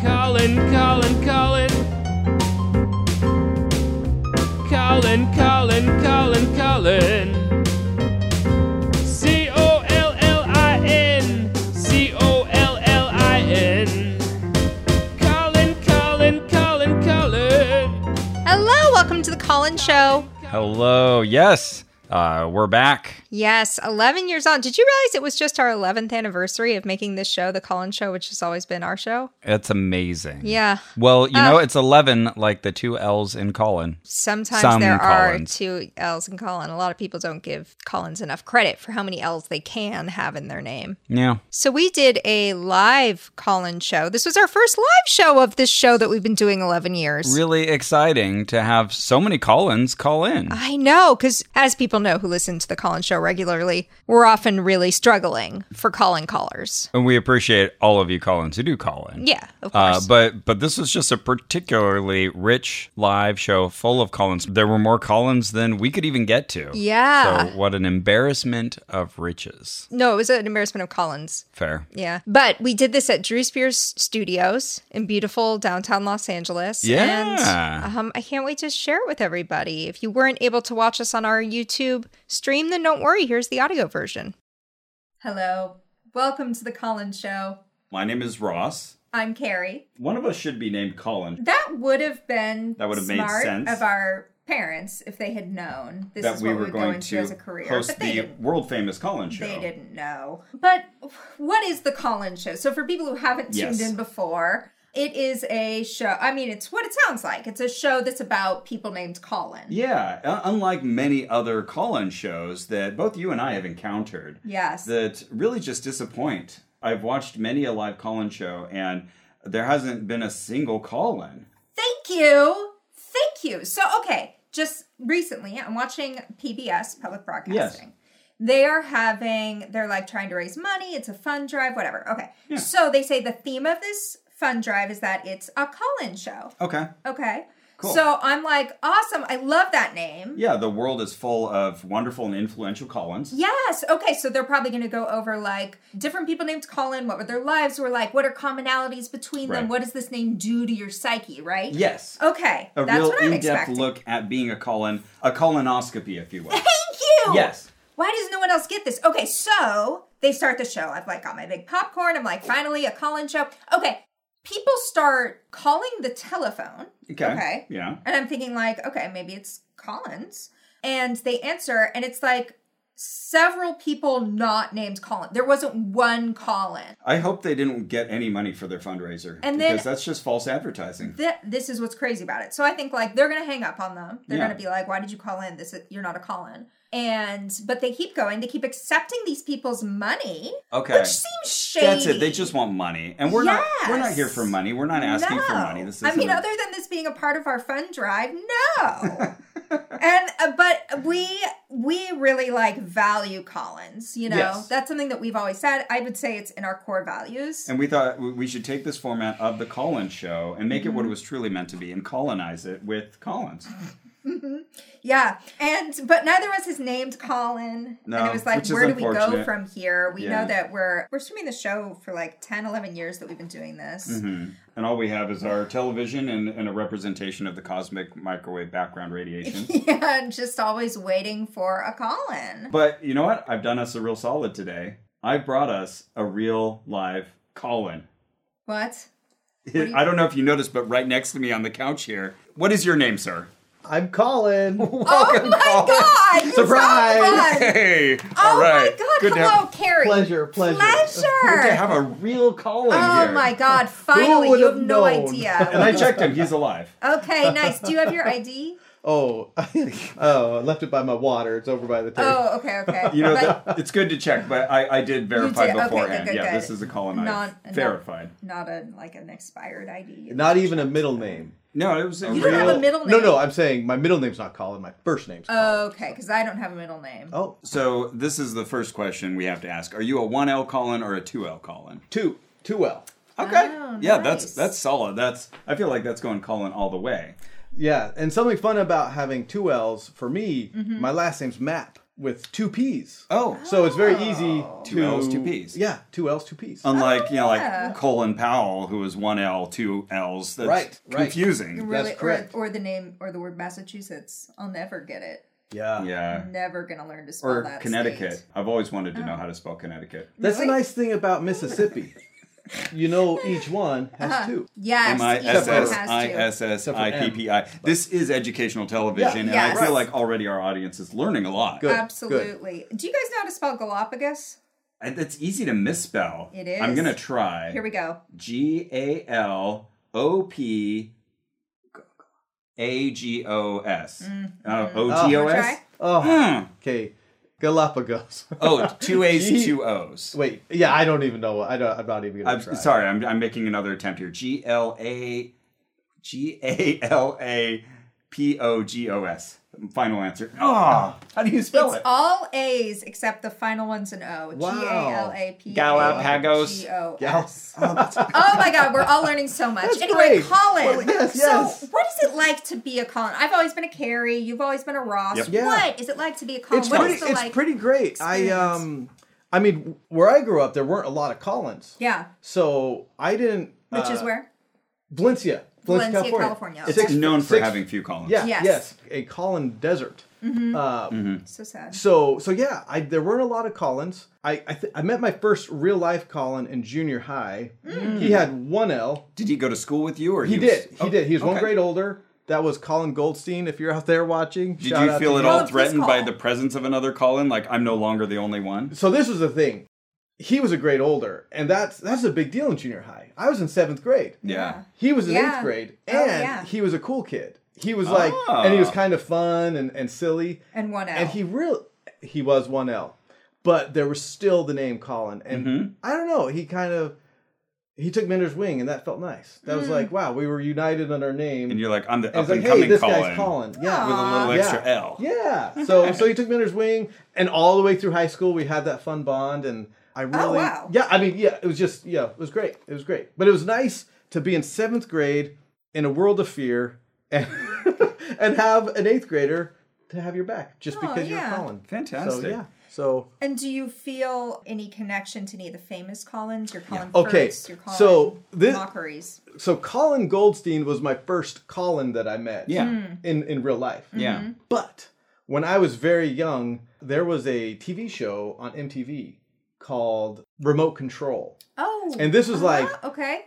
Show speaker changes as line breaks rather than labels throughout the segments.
Colin, Colin, Colin. Colin, Colin, Colin, Colin. C O L L I N. C O L L I N. Colin, Colin, Colin, Colin.
Hello, welcome to the Colin Show.
Hello. Yes, uh, we're back.
Yes, 11 years on. Did you realize it was just our 11th anniversary of making this show, the Colin Show, which has always been our show?
It's amazing.
Yeah.
Well, you
Uh,
know, it's 11 like the two L's in Colin.
Sometimes
Some
there
Collins.
are two L's in Colin. A lot of people don't give Collins enough credit for how many L's they can have in their name.
Yeah.
So we did a live Colin show. This was our first live show of this show that we've been doing 11 years.
Really exciting to have so many Collins call in.
I know, because as people know who listen to the Colin show regularly, we're often really struggling for calling callers.
And we appreciate all of you Collins who do call in.
Yeah, of
Uh,
course.
but but this was just a particularly rich live show full of Collins. There were more Collins than we could even get to.
Yeah.
So what an embarrassment of riches.
no, it was an embarrassment of Collins.
Fair.
Yeah. But we did this at Drew Spears Studios in beautiful downtown Los Angeles.
Yeah.
And um, I can't wait to share it with everybody. If you weren't able to watch us on our YouTube stream, then don't worry. Here's the audio version. Hello. Welcome to the Colin Show.
My name is Ross.
I'm Carrie.
One of us should be named Colin.
That would have been
That would have made
smart
sense.
of our parents if they had known this
that
is
we
what
were
we
going,
into
to
as a career.
host
but they
the
didn't.
world famous Colin show.
They didn't know. But what is the Colin show? So for people who haven't tuned
Yes.
in before, it is a show. I mean, it's what it sounds like. It's a show that's about people named Colin.
Yeah, un- unlike many other Colin shows that both you and I have encountered,
Yes.
that really just disappoint. I've watched many a live Colin show, and there hasn't been a single Colin.
Thank you. Thank you. So okay, just recently I'm watching PBS Public Broadcasting. They are having they're like trying to raise money. It's a fund drive, whatever. Okay. So they say the theme of this fund drive is that it's a Colin show.
Okay.
Okay.
Cool.
So I'm like, awesome. I love that name.
Yeah, the world is full of wonderful and influential Collins.
Yes. Okay. So they're probably going to go over like different people named Colin. What were their lives were like? What are commonalities between them?
Right.
What does this name do to your psyche? Right.
Yes.
Okay.
A
That's
real
what I'm
in-depth
expecting.
look at being a Colin, a colonoscopy, if you will.
Thank you.
yes.
Why does no one else get this? Okay. So they start the show. I've like got my big popcorn. I'm like, finally a Colin show. Okay. People start calling the telephone.
Okay.
Okay.
Yeah.
And I'm thinking, like, okay, maybe it's Collins. And they answer, and it's like several people not named Colin. There wasn't one Colin.
I hope they didn't get any money for their fundraiser
And then-
because that's just false advertising.
Th- this is what's crazy about it. So I think like they're gonna hang up on them. They're
Yeah.
gonna be like, why did you call in? This is, you're not a Colin. And but they keep going. They keep accepting these people's money,
okay.
which seems shady.
That's it. They just want money, and we're not we're not here
Yes.
for money. We're not asking for
No.
money. This is
I mean, other than this being a part of our fund drive, no. and uh, but we we really like value Collins. You know,
Yes.
that's something that we've always said. I would say it's in our core values.
and we thought we- we should take this format of the Colin show and make it
Mm-hmm.
what it was truly meant to be, and colonize it with Collins.
Mm-hmm. yeah, and but neither of us is named Colin. and
No,
it was like,
which is
where do we go
unfortunate.
from here? We
Yeah.
know that we're we're streaming the show for like 10, 11 years that we've been doing this.
Mm-hmm. And all we have is our television and, and a representation of the cosmic microwave background radiation.
Yeah, and just always waiting for a Colin.
but you know what? I've done us a real solid today. I brought us a real live Colin.
What?
I don't know if you noticed, but right next to me on the couch here, what is your name, sir?
I'm Colin.
oh my God! you're so
Surprise.
fun!
Hey,
Oh
all right.
my god,
Good to
hello,
have,
Carrie.
Pleasure, pleasure.
good to
Pleasure.
have a real Colin
oh
here.
my god, finally, you
would've
have no
known?
And
idea.
I checked him. He's alive.
okay, nice. Do you have your ID?
Oh, oh, I left it by my water. It's over by the table.
Oh, okay, okay.
You know,
But
that, it's good to check, but I, I did verify
did. Okay, good,
beforehand.
good,
yeah,
good.
this is a Colin
Not-
I verified.
not a like an expired ID.
Not even a middle name.
No, it was a
You
real.
don't have a middle name.
No, no, I'm saying my middle name's not Colin. My first name's Colin.
Oh,
Okay, because I don't have a middle name.
Oh,
so this is the first question we have to ask: Are you a one L Colin or a two L Colin?
two. Two L.
Okay,
Oh,
yeah,
nice.
that's that's solid. That's I feel like that's going Colin all the way.
Mm-hmm.
Yeah, and something fun about having two L's for me, my last name's Map. with two P's.
Oh,
So it's very easy to.
Two L's, two Ps.
Yeah, two L's, two P's.
unlike you know,
Oh, yeah.
like Colin Powell, who was one L, two L's. That's
Right, right.
confusing.
Really,
That's correct.
Or, or the name or the word Massachusetts. I'll never get it.
yeah.
Yeah,
Never gonna learn to Mm-hmm. spell
or
that.
Connecticut.
state. Oh.
I've always wanted to know how to spell Connecticut.
That's
Really?
the nice thing about Mississippi. you know, each one has two.
Uh-huh. Yes.
M I S S
each one
I
has
S S
Except for
I P P I. This is educational television,
Yeah.
and
Yes.
I feel like already our audience is learning a lot.
to.
Good.
Absolutely. Do you guys know how to spell Galapagos?
And It's easy to misspell.
It is.
I'm gonna try.
Here we go.
G A L O P A G O S.
Mm-hmm.
Uh, O G O S?
Oh,
Hmm.
okay. Galapagos.
Oh, two A's,
Gee.
two O's.
Wait, yeah, I don't even know. what- I don't, I'm not even going
I'm
to try.
sorry, I'm, I'm making another attempt here. G L A G A L A P O G O S. Final answer. Oh, how do you spell
It's
it?
all A's except the final one's an O.
Wow.
G A L A P.
Galapagos.
G O
Gal-
S. Oh my God, we're all learning so much.
That's
anyway,
great.
Colin.
Well, yes, yes.
So, what is it like to be a Colin? I've always been a Carrie. You've always been a Ross.
Yep.
Yeah.
What is it like to be a Colin?
It's
What is
pretty,
the
it's
like?
pretty great. I
experience?
um, I mean, where I grew up, there weren't a lot of Collins.
yeah.
So I didn't.
Which is
uh,
where?
Valencia,
Valencia,
Valencia, California.
California.
It's
It's
six-
known for
six-
having few columns.
Yeah,
Yes. Mm-hmm.
yes, a Collin desert. Uh,
Mm-hmm.
So sad.
So so yeah, I there weren't a lot of Collins. I I, th- I met my first real life Colin in junior high. He had one L.
Mm. Did he go to school with you, or
He,
he
did.
Was, Oh,
he did. He was one
okay.
grade older. That was Colin Goldstein. If you're out there watching,
Did
shout
you
out
feel
to
at
you.
Oh,
all
please
threatened by
call.
the presence of another Colin? Like I'm no longer the only one.
So this was the thing. He was a grade older, and that's that's a big deal in junior high. I was in seventh grade.
Yeah.
He was in
Yeah.
eighth grade,
Oh,
and
yeah.
he was a cool kid. He was like,
Ah.
and he was kind of fun and, and silly.
And one L.
and he real he was one L, but there was still the name Colin, and
Mm-hmm.
I don't know. He kind of he took Minder's wing, and that felt nice. That
Mm.
was like, wow, we were united on our name.
And you're like, I'm the
And
up
it's
and
like,
coming
hey, this
Colin.
guy's Colin, yeah,
With a little
yeah.
extra L.
yeah. So so he took Minder's wing, and all the way through high school, we had that fun bond, and I really,
Oh, wow.
yeah, I mean, yeah, it was just yeah, it was great, it was great, but it was nice to be in seventh grade in a world of fear and and have an eighth grader to have your back just
Oh,
because
yeah.
you're Colin.
Fantastic.
So yeah. So
and do you feel any connection to any of the famous Collins? Your Colin
Okay,
Firths, your Colin
so thi-
mockeries.
so Colin Goldstein was my first Colin that I met.
Yeah.
In in real life.
Yeah.
But when I was very young, there was a TV show on MTV called Remote Control.
Oh.
And this was like
uh-huh, okay.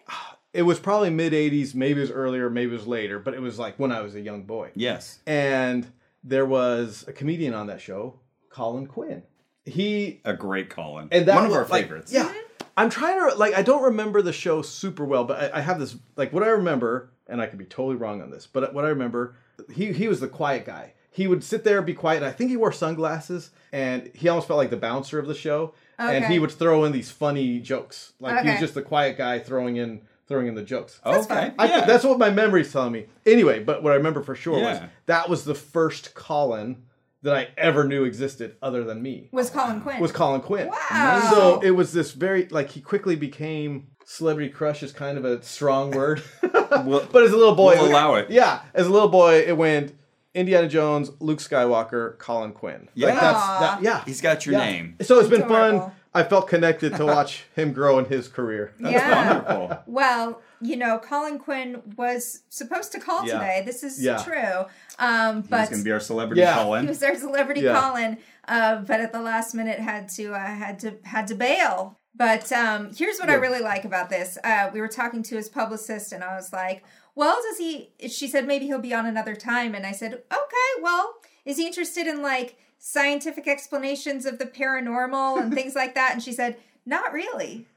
it was probably mid 80s, maybe it was earlier, maybe it was later, but it was like when I was a young boy.
Yes.
And there was a comedian on that show, Colin Quinn. He
A great Colin.
and that
one of
was,
our
like,
favorites.
Yeah, I'm trying to like I don't remember the show super well, but I, I have this like what I remember, and I could be totally wrong on this, but what I remember, he he was the quiet guy. He would sit there, be quiet. And I think he wore sunglasses, and he almost felt like the bouncer of the show. And
Okay.
he would throw in these funny jokes, like he
Okay.
was just the quiet guy throwing in throwing in the jokes.
okay.
I,
yeah.
That's what my memory's telling me. Anyway, but what I remember for sure
Yeah.
was that was the first Colin that I ever knew existed, other than me
Was Colin Quinn?
was Colin Quinn.
Wow.
So it was this very like he quickly became celebrity crush is kind of a strong word, but as a little boy,
we'll allow it.
Yeah, as a little boy, it went Indiana Jones, Luke Skywalker, Colin Quinn. Like,
Yeah.
that's,
Aw.
that, yeah.
He's got your
yeah.
name.
So it's been fun.
Adorable.
I felt connected to watch him grow in his career.
yeah.
Wonderful.
Well, you know, Colin Quinn was supposed to call
Yeah.
today. This is
Yeah.
true. Um,
He's
but
gonna be our celebrity
Yeah.
he
Colin.
was our celebrity
Yeah.
Colin. Uh, but at the last minute, had to uh, had to had to bail. But um, here's what I really like about this. Uh, we were talking to his publicist, and I was like, "Well, does he?" She said, "Maybe he'll be on another time." And I said, "Okay, well, is he interested in like scientific explanations of the paranormal and things like that?" And she said, "Not really."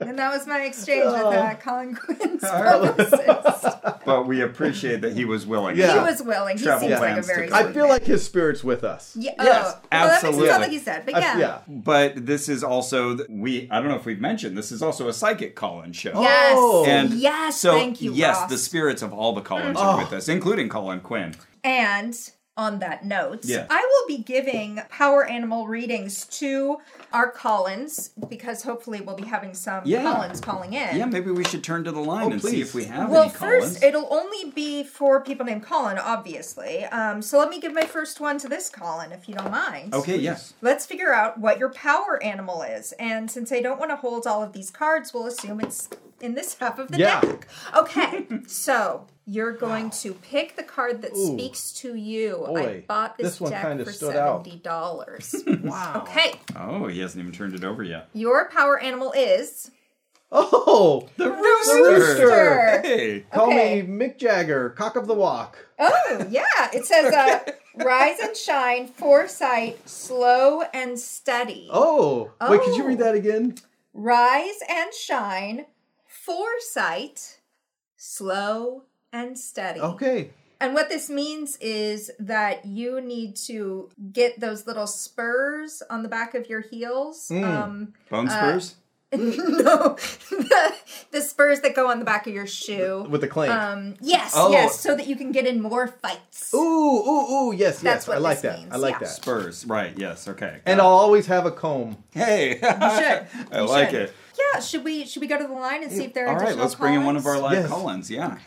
and that was my exchange with
Oh.
uh, Colin Quinn's publicist.
But we appreciate that he was willing.
Yeah.
he was willing. He
Travel
seems like a
plans
very.
to
I
sweet
feel
man.
like his spirit's with us.
Yeah.
Yes,
oh, well, that makes it sound
absolutely.
like you said, but
I-
yeah.
But this is also th- we. I don't know if we've mentioned this is also a psychic Colin show.
Yes.
Oh. Mm.
And
yes.
So
thank you,
yes,
Ross.
Oh.
the spirits of all the Collins are with us, including Colin Quinn.
and on that note,
Yeah.
I will be giving power animal readings to our Collins because hopefully we'll be having some
Yeah.
Collins calling in.
Yeah, maybe we should turn to the line
Oh,
and see
please.
if we have
well,
any
first,
Collins.
it'll only be for people named Colin, obviously. Um, so let me give my first one to this Colin, if you don't mind.
okay, yes.
Let's figure out what your power animal is. And since I don't want to hold all of these cards, we'll assume it's in this half of the
Yeah.
deck. Okay, so you're going to pick the card that
Ooh.
speaks to you. I
Boy,
bought this,
this one
deck
kinda
for
stood out.
seventy dollars.
Wow.
okay,
Oh, he hasn't even turned it over yet.
your power animal is
Oh,
The
rooster.
rooster.
Hey.
call
Okay.
me Mick Jagger, cock of the walk.
Oh yeah, it says uh, rise and shine, foresight, slow and steady.
Oh, wait, could you read
Oh.
that again?
Rise and shine, foresight, slow and steady.
Okay.
And what this means is that you need to get those little spurs on the back of your heels.
Hmm.
Um,
Bone spurs?
no, the, the spurs that go on the back of your shoe.
With the clank.
Um, yes,
Oh.
yes, so that you can get in more fights.
ooh, ooh, ooh, yes,
That's
yes.
what
I like
this
that.
means,
I like
yeah.
that.
spurs, right, yes, okay.
And I'll always have a comb.
Hey.
should.
I
You
like
should.
it.
Yeah, should we should we go to the line and see if there are
All right,
additional
let's bring in one of our
call-ins?
live
Yes.
Collins, yeah.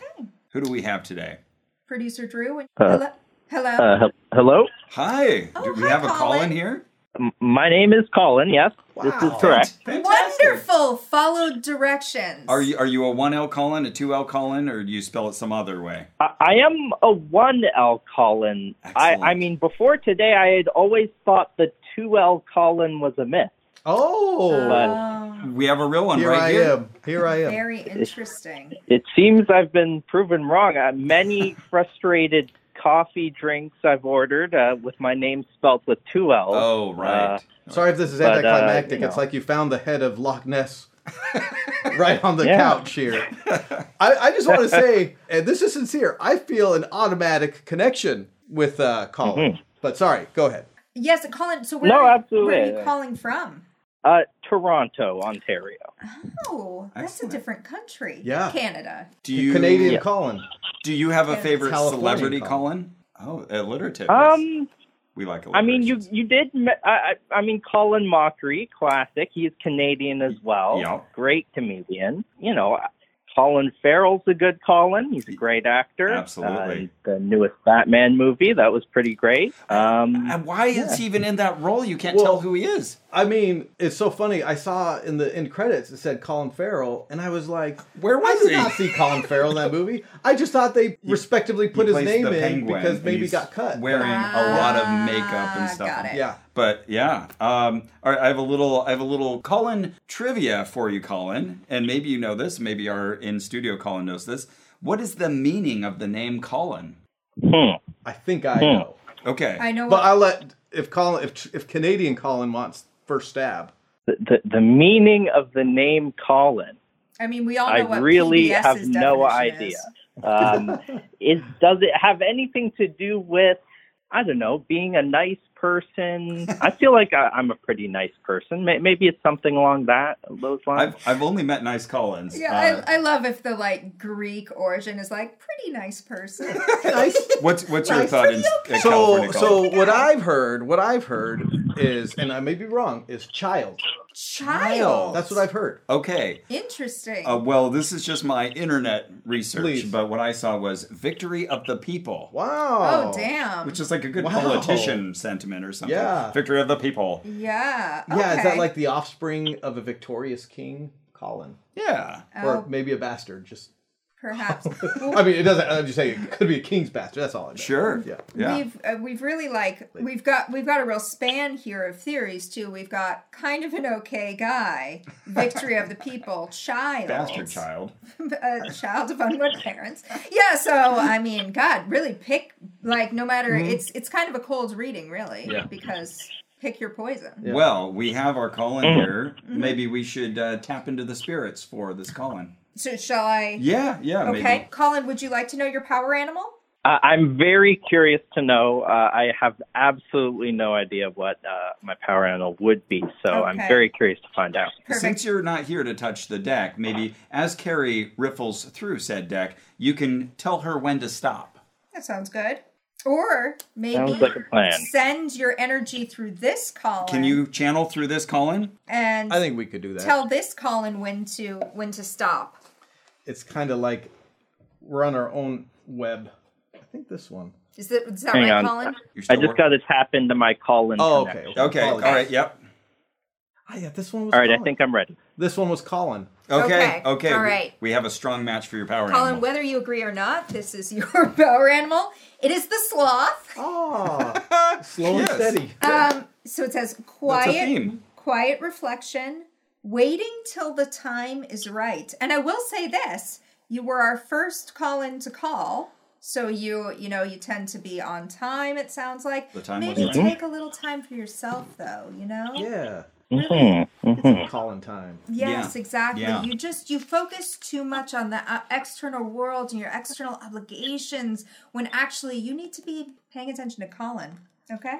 Who do we have today?
producer Drew. and-
Uh,
hello, hello.
Uh, he- hello.
Hi.
Oh,
do we
hi,
have a call
Colin.
in here?
M- my name is Colin. Yes, this is
Wow.
correct.
Fantastic.
Wonderful. Follow directions.
Are you are you a one L Colin, a two L Colin, or do you spell it some other way?
I, I am a one L Colin. I, I
Excellent.
mean, before today, I had always thought the two L Colin was a myth.
Oh,
Oh,
We have a real one
here
right
I
here.
am. Here I am.
very interesting.
It seems I've been proven wrong. Uh, many frustrated coffee drinks I've ordered uh, with my name spelt with two L's.
Oh right.
Uh,
Sorry if this is
But, uh,
anticlimactic.
you know.
It's like you found the head of Loch Ness right on the
Yeah.
couch here. I, I just want to say, and this is sincere, I feel an automatic connection with uh, Colin.
Mm-hmm.
But sorry, go ahead.
Yes, Colin. So where,
No,
are-
absolutely.
where are you calling from?
Uh, Toronto, Ontario.
Oh, that's
Excellent.
a different country.
Yeah.
Canada.
do you
Canadian
Yeah.
Colin.
do you have a favorite
California
celebrity
Colin.
Colin? Oh, alliterative. yes.
Um,
we like
I mean, you
alliterations.
you did. me- I, I I mean, Colin Mockery, classic. He's Canadian as well.
Yeah.
Great comedian. You know, Colin Farrell's a good Colin. He's a great actor.
Absolutely.
Uh, the newest Batman movie that was pretty great. Um,
And why is he even in that role? You can't
Well-
tell who he is.
I mean, it's so funny. I saw in the end credits it said Colin Farrell, and I was like,
Where
I
was
did
he?
not see Colin Farrell in that movie. I just thought they respectively put
He
his
plays
name
the
in
penguin,
because
and
maybe
he's
got cut.
Wearing a lot of makeup and
Ah,
stuff.
got it.
yeah.
But yeah, um, all right. I have a little, I have a little Colin trivia for you, Colin, and maybe you know this. Maybe our in studio Colin knows this. What is the meaning of the name Colin?
hmm.
I think I know.
Okay,
I know.
But
what-
I'll let if Colin if if Canadian Colin wants first stab.
the, the the meaning of the name Colin.
I mean, we all know
I
what
really
PBS's
have no
definition
idea.
is.
Um, is does it have anything to do with I don't know being a nice person? I feel like I, I'm a pretty nice person. May, maybe it's something along that those lines.
I've I've only met nice Collins.
Yeah,
Uh,
I, I love if the like Greek origin is like pretty nice person.
Nice.
what's what's your
Nice.
thought in, in
so
California
so
Colin?
what I've heard, what I've heard is and I may be wrong, is child.
Child.
That's what I've heard.
okay.
Interesting.
Uh, well, this is just my internet research,
Please.
but what I saw was "Victory of the People,"
oh,
Wow.
damn.
which is like a good
Wow.
politician sentiment or something.
Yeah.
"Victory of the People."
yeah.
Yeah, is that
okay.
like the offspring of a victorious king, Colin?
Yeah.
Or
Oh,
maybe a bastard, just
perhaps?
I mean, it doesn't. I'm just saying, it could be a king's bastard. That's all. I meant.
Sure.
Yeah.
Yeah.
We've uh, we've really like we've got we've got a real span here of theories too. We've got kind of an okay guy, victory of the people, child,
Bastard child.
a child of unwed parents. Yeah, so I mean, God, really pick like no matter it's it's kind of a cold reading really
Mm-hmm. Yeah.
because pick your poison.
Yeah.
Well, we have our Colin
Mm-hmm.
here.
Mm-hmm.
Maybe we should uh, tap into the spirits for this Colin.
So shall I?
Yeah, yeah,
okay,
maybe.
Colin, would you like to know your power animal?
I, Uh, I'm very curious to know. Uh, I have absolutely no idea what uh, my power animal would be, so I'm
Okay.
very curious to find out.
Perfect.
Since you're not here to touch the deck, maybe as Carrie riffles through said deck, you can tell her when to stop.
That sounds good. Or maybe
Sounds like a plan.
send your energy through this column.
Can you channel through this, Colin?
and
I think we could do that.
tell this Colin when to when to stop?
it's kind of like we're on our own web. I think this one.
Is that is that
Hang
right,
on.
Colin?
You're
I
still
just
work-
got to tap into my call in.
Oh, okay.
connection.
Okay. All
Apologies.
right. Yep.
Ah, yeah, this one was.
All right, I
Colin.
think I'm ready.
this one was Colin.
Okay.
Okay,
Okay.
all
we-
right.
We, have a strong match for your power.
Colin,
animal.
whether you agree or not, this is your power animal. It is the sloth.
Ah,
Oh, slow
Yes.
and steady.
Um, so it says
That's a
quiet,
theme.
quiet reflection, waiting till the time is right. And I will say this: you were our first Colin to call, so you you know you tend to be on time. It sounds like
The time was
maybe
right.
take a little time for yourself, though. You know,
Yeah,
Mm-hmm.
it's
Mm-hmm.
Colin time.
Yes,
Yeah.
exactly.
Yeah.
You just you focus too much on the uh, external world and your external obligations when actually you need to be paying attention to Colin. Okay.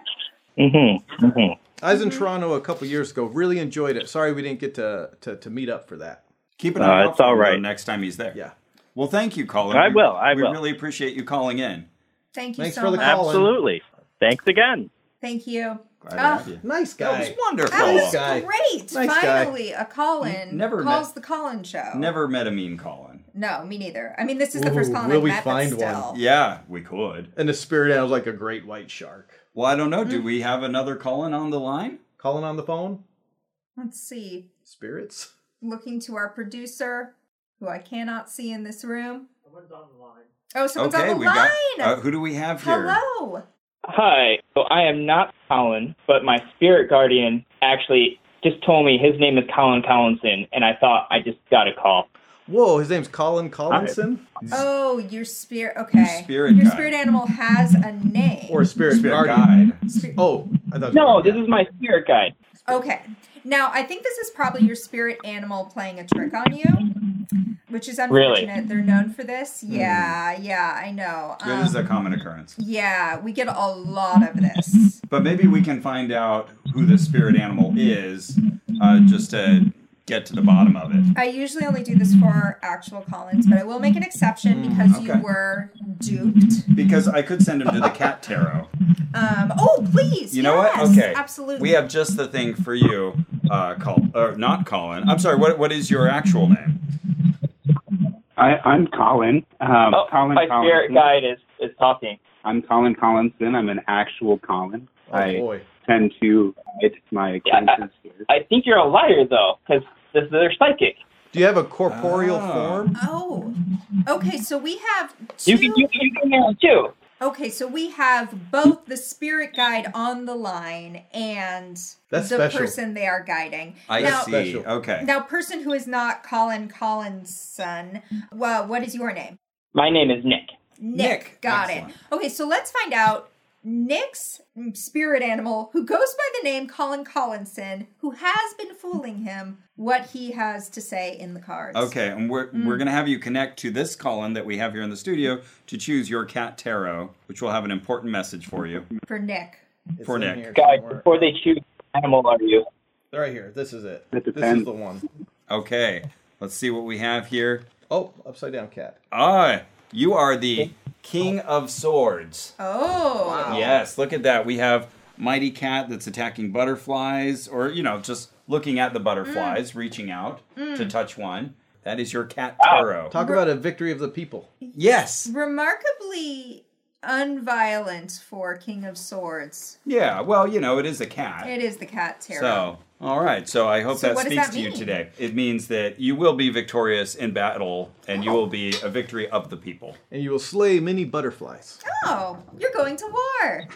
Mm-hmm. Mm-hmm.
I was in Toronto a couple years ago. Really enjoyed it. Sorry we didn't get to to, to meet up for that.
Keep an
Uh,
eye out
it's
for
all
him, though,
right.
next time he's there.
Yeah.
Well, thank you, Colin.
I
We-
will, I
we
will.
really appreciate you calling in.
Thank you
Thanks
so
for the
much.
call.
Absolutely. Thanks again.
Thank you.
Glad to
Ah,
have you.
Nice
That was
guy.
wonderful.
That was
guy.
great.
Nice guy.
Finally, a Colin
Never
calls
met-
the Colin show.
Never met a mean Colin.
No, me neither. I mean, this is the
Ooh,
first Colin
will
I've
we
met,
find
but
one?
still.
Yeah, we could.
And the spirit animal was like a great white shark.
Well, I don't know.
Mm.
Do we have another Colin on the line?
Colin on the phone.
Let's see.
Spirits.
Looking to our producer, who I cannot see in this room. Someone's on the line. Oh, someone's on the
we
line.
got. Uh, who do we have here?
Hello.
Hi. So I am not Colin, but my spirit guardian actually just told me his name is Colin Collinson, and I thought I just got a call.
Whoa, his name's Colin Collinson
Oh, your spirit. Okay.
spirit
your
guide.
spirit animal has a name.
or spirit,
Spirit
guardian.
guide.
Spirit-
Oh, I thought. it was
No, this
guardian.
is my spirit guide.
Okay. Now, I think this is probably your spirit animal playing a trick on you, which is
Really?
unfortunate. They're known for this. Yeah, yeah, I know.
Hmm. That
Um,
is a common occurrence.
yeah, we get a lot of this.
But maybe we can find out who this spirit animal is, uh, just to get to the bottom of it.
I usually only do this for actual Collins, but I will make an exception because
Hmm, okay.
you were duped.
Because I could send him to the cat tarot.
Um, oh, please.
You know what?
yes,
Okay.
Absolutely.
We have just the thing for you, uh, Col or not Colin. I'm sorry. What what is your actual name?
I, I'm Colin. Um,
Oh,
Colin
my spirit
Collinson.
guide is, is talking.
I'm Colin Collinson. I'm an actual Colin.
Oh
I
boy.
tend to hide my acquaintances here.
I think you're a liar, though, because they're psychic.
Do you have a corporeal
Ah.
form?
Oh. Okay, so we have two.
You can you, you can hear them too.
Okay, so we have both the spirit guide on the line and
That's
the
special.
person they are guiding.
I
now,
see.
Special.
Okay.
Now, person who is not Colin Collinson, well, what is your name?
My name is Nick.
Nick.
Nick.
Got
Excellent.
it. Okay, so let's find out Nick's spirit animal, who goes by the name Colin Collinson, who has been fooling him, what he has to say in the cards.
Okay, and we're
Mm.
we're gonna have you connect to this Colin that we have here in the studio to choose your cat tarot, which will have an important message for you.
For Nick.
It's
For
in
Nick.
here
Guys,
somewhere.
before they choose, animal are you?
Right here. This is it.
That
This is
depends.
the one.
Okay, let's see what we have here.
Oh, upside down cat.
Ah, you are the King of Swords.
Oh.
Yes, look at that. We have mighty cat that's attacking butterflies, or you know, just looking at the butterflies,
Mm.
reaching out to touch one. That is your cat tarot.
Talk about a victory of the people.
Yes.
Remarkably unviolent for King of Swords.
Yeah. Well, you know, it is a cat.
It is the cat tarot.
So, all right. So I hope
So
that
what does
speaks
that
to you
mean?
today. It means that you will be victorious in battle and you will be a victory of the people.
And you will slay many butterflies.
Oh, you're going to war.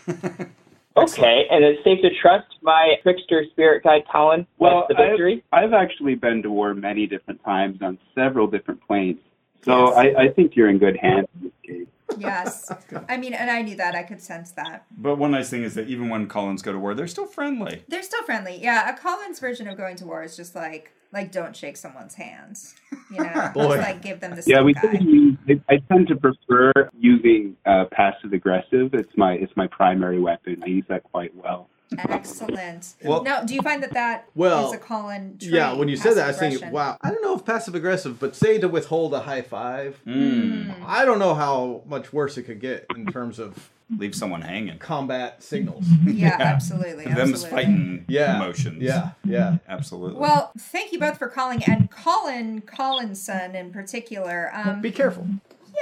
Okay, and it's safe to trust my trickster spirit guide, Colin.
Well,
with the victory?
I've, I've actually been to war many different times on several different planes, so I, I think you're in good hands in this case.
Yes. I mean, and I knew that. I could sense that.
But one nice thing is that even when Collins go to war, they're still friendly.
They're still friendly. Yeah, a Collins version of going to war is just like like don't shake someone's hands. You know,
Boy.
just like give them the
Yeah,
stink
we
eye.
tend to use, I, I tend to prefer using uh, passive aggressive. It's my it's my primary weapon. I use that quite well.
Excellent.
Well-
now, do you find that that is
Well,
a Colin? Trait,
yeah, when you said that, I was
passive
thinking,
aggression?
wow, I don't know if passive aggressive, but say to withhold a high five,
Hmm.
I don't know how much worse it could get in terms of
Leave someone hanging.
combat signals.
Yeah, absolutely.
Them is
absolutely.
fighting
Yeah.
emotions.
Yeah, yeah.
Absolutely.
Well, thank you both for calling, and Colin Collinson in particular. Um,
Be careful.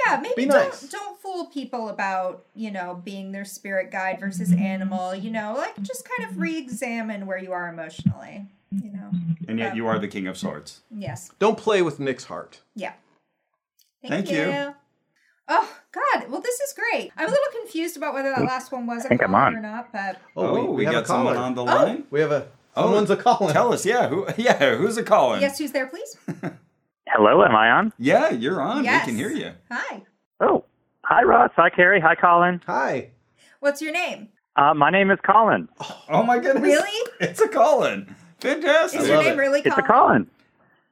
yeah, maybe
be
don't
nice.
don't fool people about you know being their spirit guide versus
Mm-hmm.
animal. You know, like just kind of re-examine where you are emotionally. You know,
and
uh,
yet you are the king of swords.
yes,
Don't play with Nick's heart.
yeah.
Thank you.
Oh God! Well, this is great. I'm a little confused about whether that last one was a
think I'm
caller
on.
or not, but
Oh, we,
have a
got someone
caller.
on the line.
We have a
Oh,
someone's a calling.
Tell us, yeah, who, yeah, who's a calling?
yes, who's there, please?
Hello, am I on?
Yeah, you're on.
Yes.
We can hear you.
Hi.
Oh, hi, Ross. Hi, Carrie. Hi, Colin.
Hi.
What's your name?
Uh, my name is Colin.
Oh my goodness!
Really?
It's a calling. Fantastic.
Is your
love
name
it.
really
It's
Colin?
a Colin.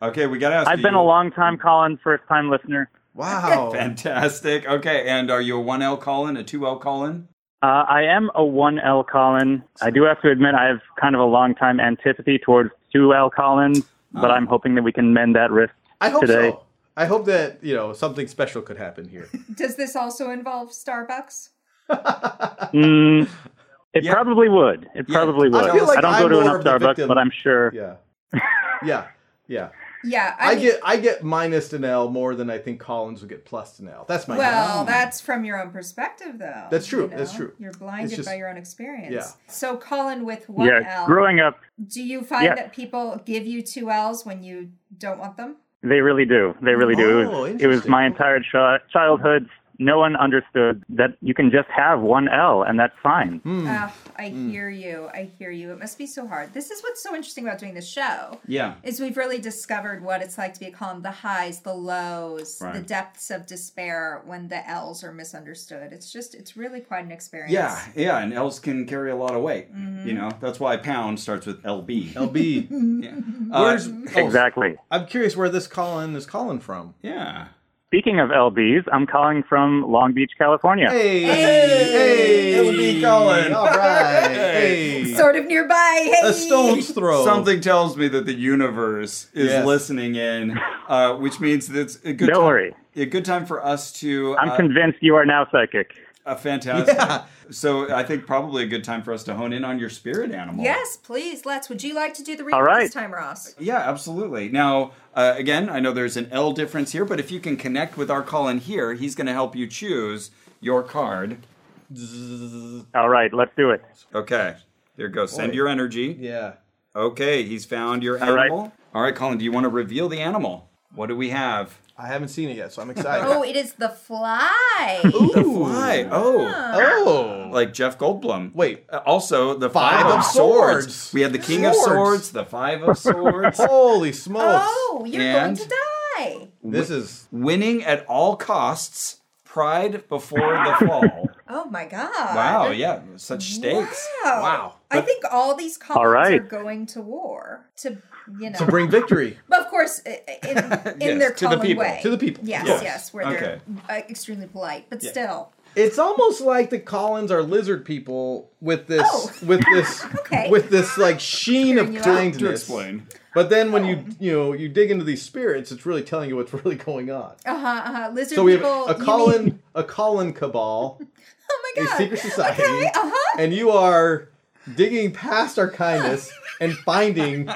Okay, we gotta ask.
I've
you-
been a long time Colin, first time listener.
Wow.
Fantastic. Okay, and are you a one L Colin, a two L Colin?
Uh, I am a 1L Colin. I do have to admit I have kind of a long time antipathy towards 2L Colin,
Oh.
but I'm hoping that we can mend that rift
I hope
today.
so. I hope that, you know, something special could happen here.
Does this also involve Starbucks?
Mm, it
Yeah.
probably would. It
Yeah.
probably would.
I
I,
feel like
don't
I'm
go to
more
enough
of the victim.
Starbucks, but I'm sure.
Yeah. Yeah. Yeah.
Yeah,
I,
mean-
get I get minus an L more than I think Collins would get plus an L. That's my
Well, that's from your own perspective, though.
That's true,
you know?
that's true.
You're blinded
It's just-
by your own experience.
yeah.
So, Colin, with one
Yeah,
L,
growing up,
do you find
Yeah.
that people give you two L's when you don't want them?
they really do. They really do. It
Oh,
was, it was
interesting.
my entire chi- childhood. No one understood that you can just have one L and that's fine.
Hmm.
Ah, I hear you. I hear you. It must be so hard. This is what's so interesting about doing this show.
Yeah.
Is we've really discovered what it's like to be a column, the highs, the lows, the
Right.
depths of despair when the L's are misunderstood. It's just, it's really quite an experience.
Yeah, yeah, and L's can carry a lot of weight.
Mm-hmm.
You know, that's why pound starts with LB.
LB.
Yeah. Uh,
Where's oh,
Exactly.
I'm curious where this Colin is calling from.
yeah.
Speaking of LBs, I'm calling from Long Beach, California.
Hey,
Hey!
LB Colin.
All right. Hey.
Sort of nearby. Hey.
a stone's throw.
Something tells me that the universe is
Yes.
listening in, uh, which means that it's a good
Don't
time,
worry.
a good time for us to
I'm
uh,
convinced you are now psychic.
a fantastic.
Yeah.
So I think probably a good time for us to hone in on your spirit animal.
Yes, please. Let's. Would you like to do the reading
All right.
this time, Ross?
Yeah, absolutely. Now, uh, again, I know there's an L difference here, but if you can connect with our call in here, he's going to help you choose your card.
All right, let's do it.
Okay, here goes. Send
Boy.
your energy.
Yeah.
Okay, he's found your
right.
animal. All right, Colin, do you want to reveal the animal? What do we have?
I haven't seen it yet, so I'm excited.
Oh, it is the fly.
The fly. Oh,
Oh.
like Jeff Goldblum.
Wait.
Uh, Also, the
Five
Five,
of
of swords.
Swords.
We have the King of
Swords.
Swords, the Five of Swords.
Holy smokes.
oh, you're
And-
going to die.
This is
Winning at all costs, pride before the fall.
Oh my God.
Wow, yeah, such stakes.
Wow.
Wow.
I think all these columns
All right.
are going to war to, you know.
to bring victory
but of course, i- i- in, in
Yes,
their
to the
column
people,
way.
to the people.
Yes, yes,
Yes.
where
Okay.
they're uh, extremely polite, but still.
It's almost like the Collins are lizard people with this
Oh.
with this
Okay.
with this like sheen of
Figuring you Oh. out.
kindness.
To explain.
But then when you you know you dig into these spirits, it's really telling you what's really going on.
Uh huh. Uh-huh. Lizard
So we have
people.
a
you
Colin
mean-
a Colin cabal,
oh my
a
God.
secret society,
Okay. Uh huh.
and you are digging past our kindness and finding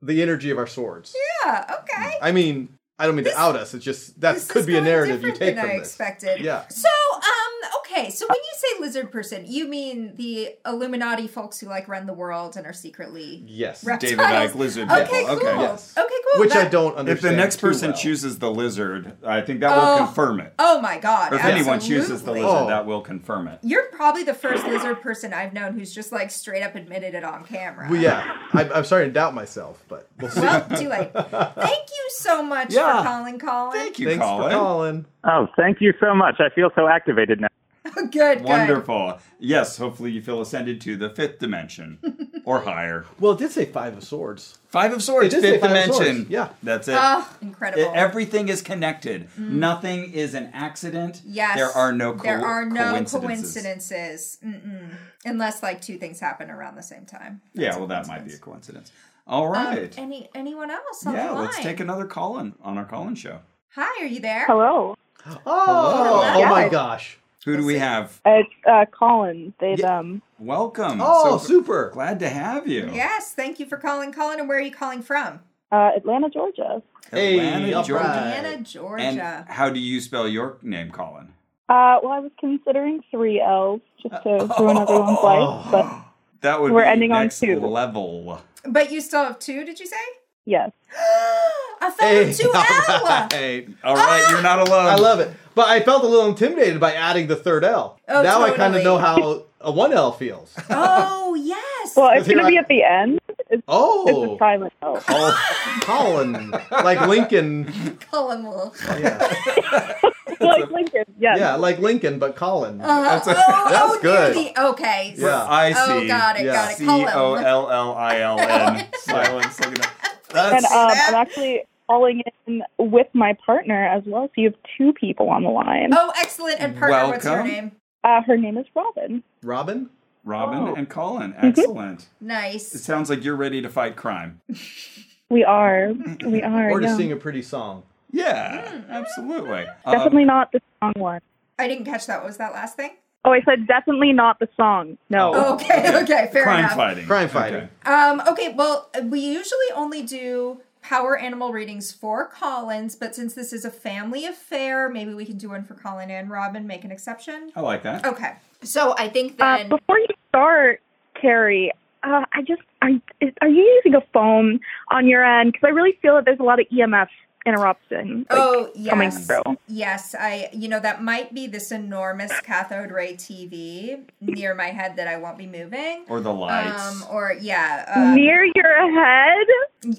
the energy of our swords.
Yeah. Okay.
I mean, I don't mean to out us. It's just that
This
could
is
be a
going
narrative you
different
take
than
from
I
this.
expected.
Yeah.
So, um, okay. So when you say lizard person, you mean the Illuminati folks who like run the world and are secretly
Yes.
reptiles.
David Icke lizard
Okay, cool.
people. Okay.
Yes.
Okay, cool.
Which I
That-
don't
If
understand.
the next
too
person
well.
chooses the lizard, I think that
Oh.
will confirm it.
Oh my god!
Or if anyone chooses the
absolutely.
lizard,
Oh.
that will confirm it.
You're probably the first lizard person I've known who's just like straight up admitted it on camera.
Well, yeah, I'm, I'm starting to doubt myself, but we'll see.
Well, too late. Thank you so much
Yeah.
for calling, Colin.
Thank you,
Thanks
Colin.
for calling.
Oh, thank you so much. I feel so activated now.
good, good.
Wonderful. Yes, hopefully you feel ascended to the fifth dimension. or higher.
Well, it did say Five of Swords.
Five of Swords,
It did say
fifth
Five of
dimension.
Swords, yeah.
that's it.
Oh, incredible. Mm.
It- E, everything is connected. Nothing is an accident.
yes.
there are no co-
There are no
coincidences.
coincidences. Mm-mm. Unless like two things happen around the same time.
Yeah, well, that might be a coincidence. All right.
Um, any anyone else on
yeah,
the line?
let's take another call in on our call in show.
Hi, are you there?
Hello.
Oh, oh
Yeah.
my gosh!
Who do we have?
It's uh, Colin. They um.
Welcome.
Oh,
So
super!
glad to have you.
Yes, thank you for calling, Colin. And where are you calling from?
Uh, Atlanta, Georgia.
Hey,
Atlanta,
all
Georgia.
right.
Atlanta, Georgia.
And how do you spell your name, Colin?
Uh, well, I was considering three L's just to
Uh,
ruin
oh.
everyone's life, but
That would
We're
be
ending on
next
two.
level.
But you still have two, did you say?
yes.
I fell
Hey,
into L.
all right.
All right, you're not alone.
I love it, but I felt a little intimidated by adding the third L.
Oh,
now I kind
totally.
of know how a one L feels.
Oh yes.
Well, it's
Here
gonna
I-
be at the end. It's, it's
Oh,
a silent L.
Col- Colin, like Lincoln.
Colin
Oh,
will.
Yeah,
like Lincoln. Yes.
yeah, like Lincoln, but Colin.
Uh, oh,
that's
oh,
good.
near the- okay.
Yeah.
I
Oh,
see.
got it,
Yeah.
got it.
C
Colin.
O L L I L N. Silence. Look at that.
And
That's
um, I'm actually calling in with my partner as well, so you have two people on the line.
Oh, excellent. And partner, what's your
Welcome.
name?
Uh, her name is Robin.
Robin.
Robin and Colin. Excellent. It
Nice.
sounds like you're ready to fight crime.
We are. We are.
or just
yeah.
sing a pretty song.
Yeah, Hmm, absolutely. Um,
Definitely not the song one.
I didn't catch that. What was that last thing?
Oh, I said definitely not the song. No.
Oh.
Okay, okay, fair
crime
enough.
fighting.
Crime
Okay.
fighting.
Um, okay, well, we usually only do power animal readings for Collins, but since this is a family affair, maybe we can do one for Colin and Robin, make an exception.
I like that.
Okay. So I think
Uh,
then
before you start, Carrie, uh, I just are, are you using a foam on your end? Because I really feel that there's a lot of EMF interruption. like,
Oh
coming
yes,
through.
yes. I you know that might be this enormous cathode ray TV near my head that I won't be moving.
Or the lights.
Um, or yeah, um,
Near your head.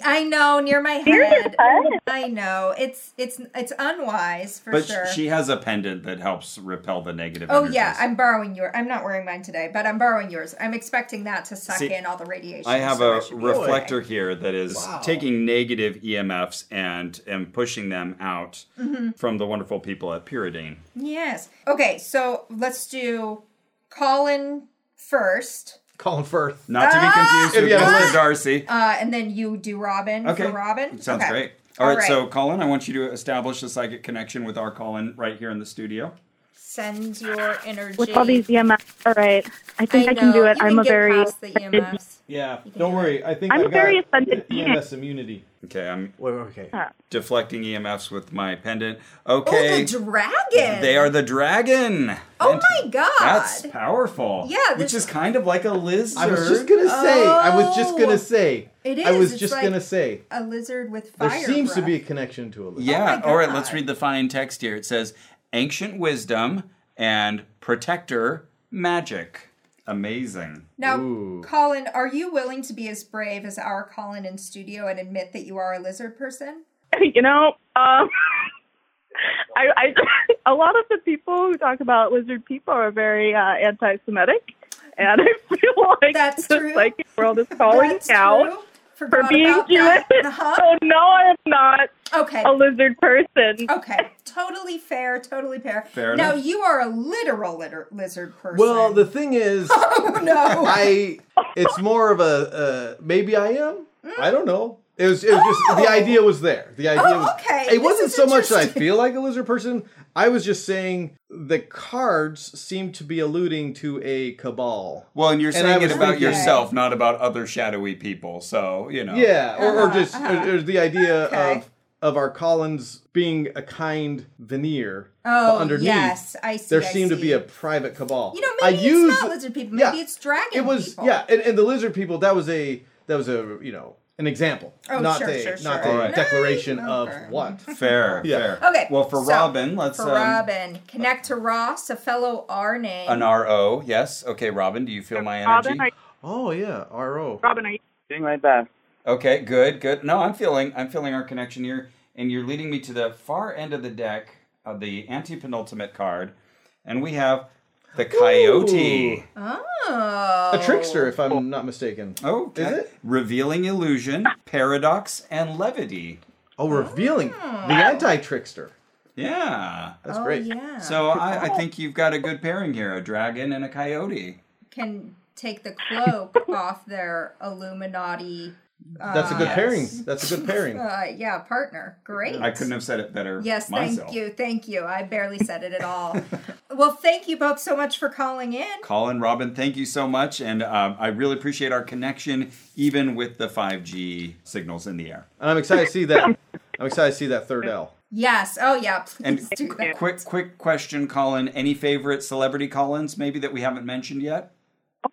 I know near my
Near your
head.
head?
I know it's it's it's unwise for
but
sure.
she has a pendant that helps repel the negative.
Oh yeah,
energies.
I'm borrowing your. I'm not wearing mine today, but I'm borrowing yours. I'm expecting that to suck
See,
in all the radiation.
I have
so
a
should be okay.
reflector here that is taking negative EMFs and and pushing them out
Mm-hmm.
from the wonderful people at Pyridine.
Yes. Okay, so let's do Colin first.
Colin Firth. Ah!
Not to be confused
If
with
you had
Mr.
listened-
Darcy.
Uh, and then you do Robin
Okay.
for Robin.
Sounds
Okay.
great. All right,
All right.
so Colin, I want you to establish a psychic connection with our Colin right here in the studio.
Send your energy.
With all these EMFs. All right. I think I, can
know,
do it.
you
I'm
can
a
get
very.
past the E EMFs.
Yeah, don't worry. I think
I'm
I've got
very offended.
E
EMS immunity.
Okay, I'm
Wait, okay.
deflecting EMFs with my pendant.
Oh,
Okay.
the dragon.
they are the dragon.
Oh
Fant-
my god.
That's powerful.
Yeah, this-
which is kind of like a lizard.
I was just gonna say. I was just
Oh.
gonna say.
It
I
is,
was
it's
just
like
gonna say.
a lizard with fire.
There seems to
breath.
be a connection to a lizard.
Yeah.
my
All right, let's
God.
read the fine text here. It says ancient wisdom and protector magic. Amazing.
Now,
Ooh.
Colin, are you willing to be as brave as our Colin in studio and admit that you are a lizard person?
you know, um, I, I a lot of the people who talk about lizard people are very uh, anti-Semitic, and I feel like
That's
the
true.
psychic world is calling
That's
out
true.
for
Forgot
being
about
Jewish.
that. Uh-huh.
So no, I am not
Okay.
a lizard person.
Okay. Totally fair. Totally fair.
Fair
now,
enough.
you are a literal litter- lizard person.
Well, the thing is,
Oh, no.
I. It's more of a uh, maybe I am. I don't know. It was. It was just the idea was there. The idea
Hmm. Oh,
was.
okay. This
It wasn't
is
so much that I
interesting.
feel like a lizard person. I was just saying the cards seem to be alluding to a cabal.
Well, and you're
And I
saying it
was
about
thinking-
yourself, not about other shadowy people. So, you know.
Yeah, or,
Uh-huh.
or just or, or the idea
Okay.
of of our Collins being a kind veneer.
Oh,
but underneath,
yes, I see,
There
I
seemed to
see.
be a private cabal.
You know,
I
maybe
use-
it's not lizard people. Maybe
yeah,
it's dragon
It was
people.
yeah, and, and the lizard people. That was a that was a you know an example,
Oh,
not
sure,
a
sure,
not
sure.
a
Alright.
declaration
Nice.
of
Okay.
what.
Fair,
Yeah.
fair.
Okay.
Well, for
so,
Robin, let's
For
um,
Robin, connect to Ross, a fellow R name.
an RO. Yes. Okay, Robin, do you feel my energy?
Robin, are,
Oh yeah, ro.
Robin, are you?
Doing my best.
Okay, good, good. No, I'm feeling I'm feeling our connection here, and you're leading me to the far end of the deck of the antepenultimate card, and we have The coyote.
Oh.
A trickster, if I'm not mistaken.
Oh,
Is it?
Revealing illusion, paradox, and levity. Ah.
Oh, revealing the anti-trickster.
Yeah.
That's
oh,
great.
Yeah.
So I, I think you've got a good pairing here a dragon and a coyote.
can take the cloak off their Illuminati. Uh,
That's a good
Yes.
pairing. That's a good pairing.
Uh, yeah, partner. Great.
I couldn't have said it better
Yes,
myself.
thank you. Thank you. I barely said it at all. well, thank you both so much for calling in.
Colin, Robin, thank you so much. And um, I really appreciate our connection, even with the 5G signals in the air.
And I'm excited to see that. I'm excited to see that third L.
Yes. Oh, yeah. Please
And
do that.
quick, quick question, Colin. Any favorite celebrity Collins, maybe that we haven't mentioned yet?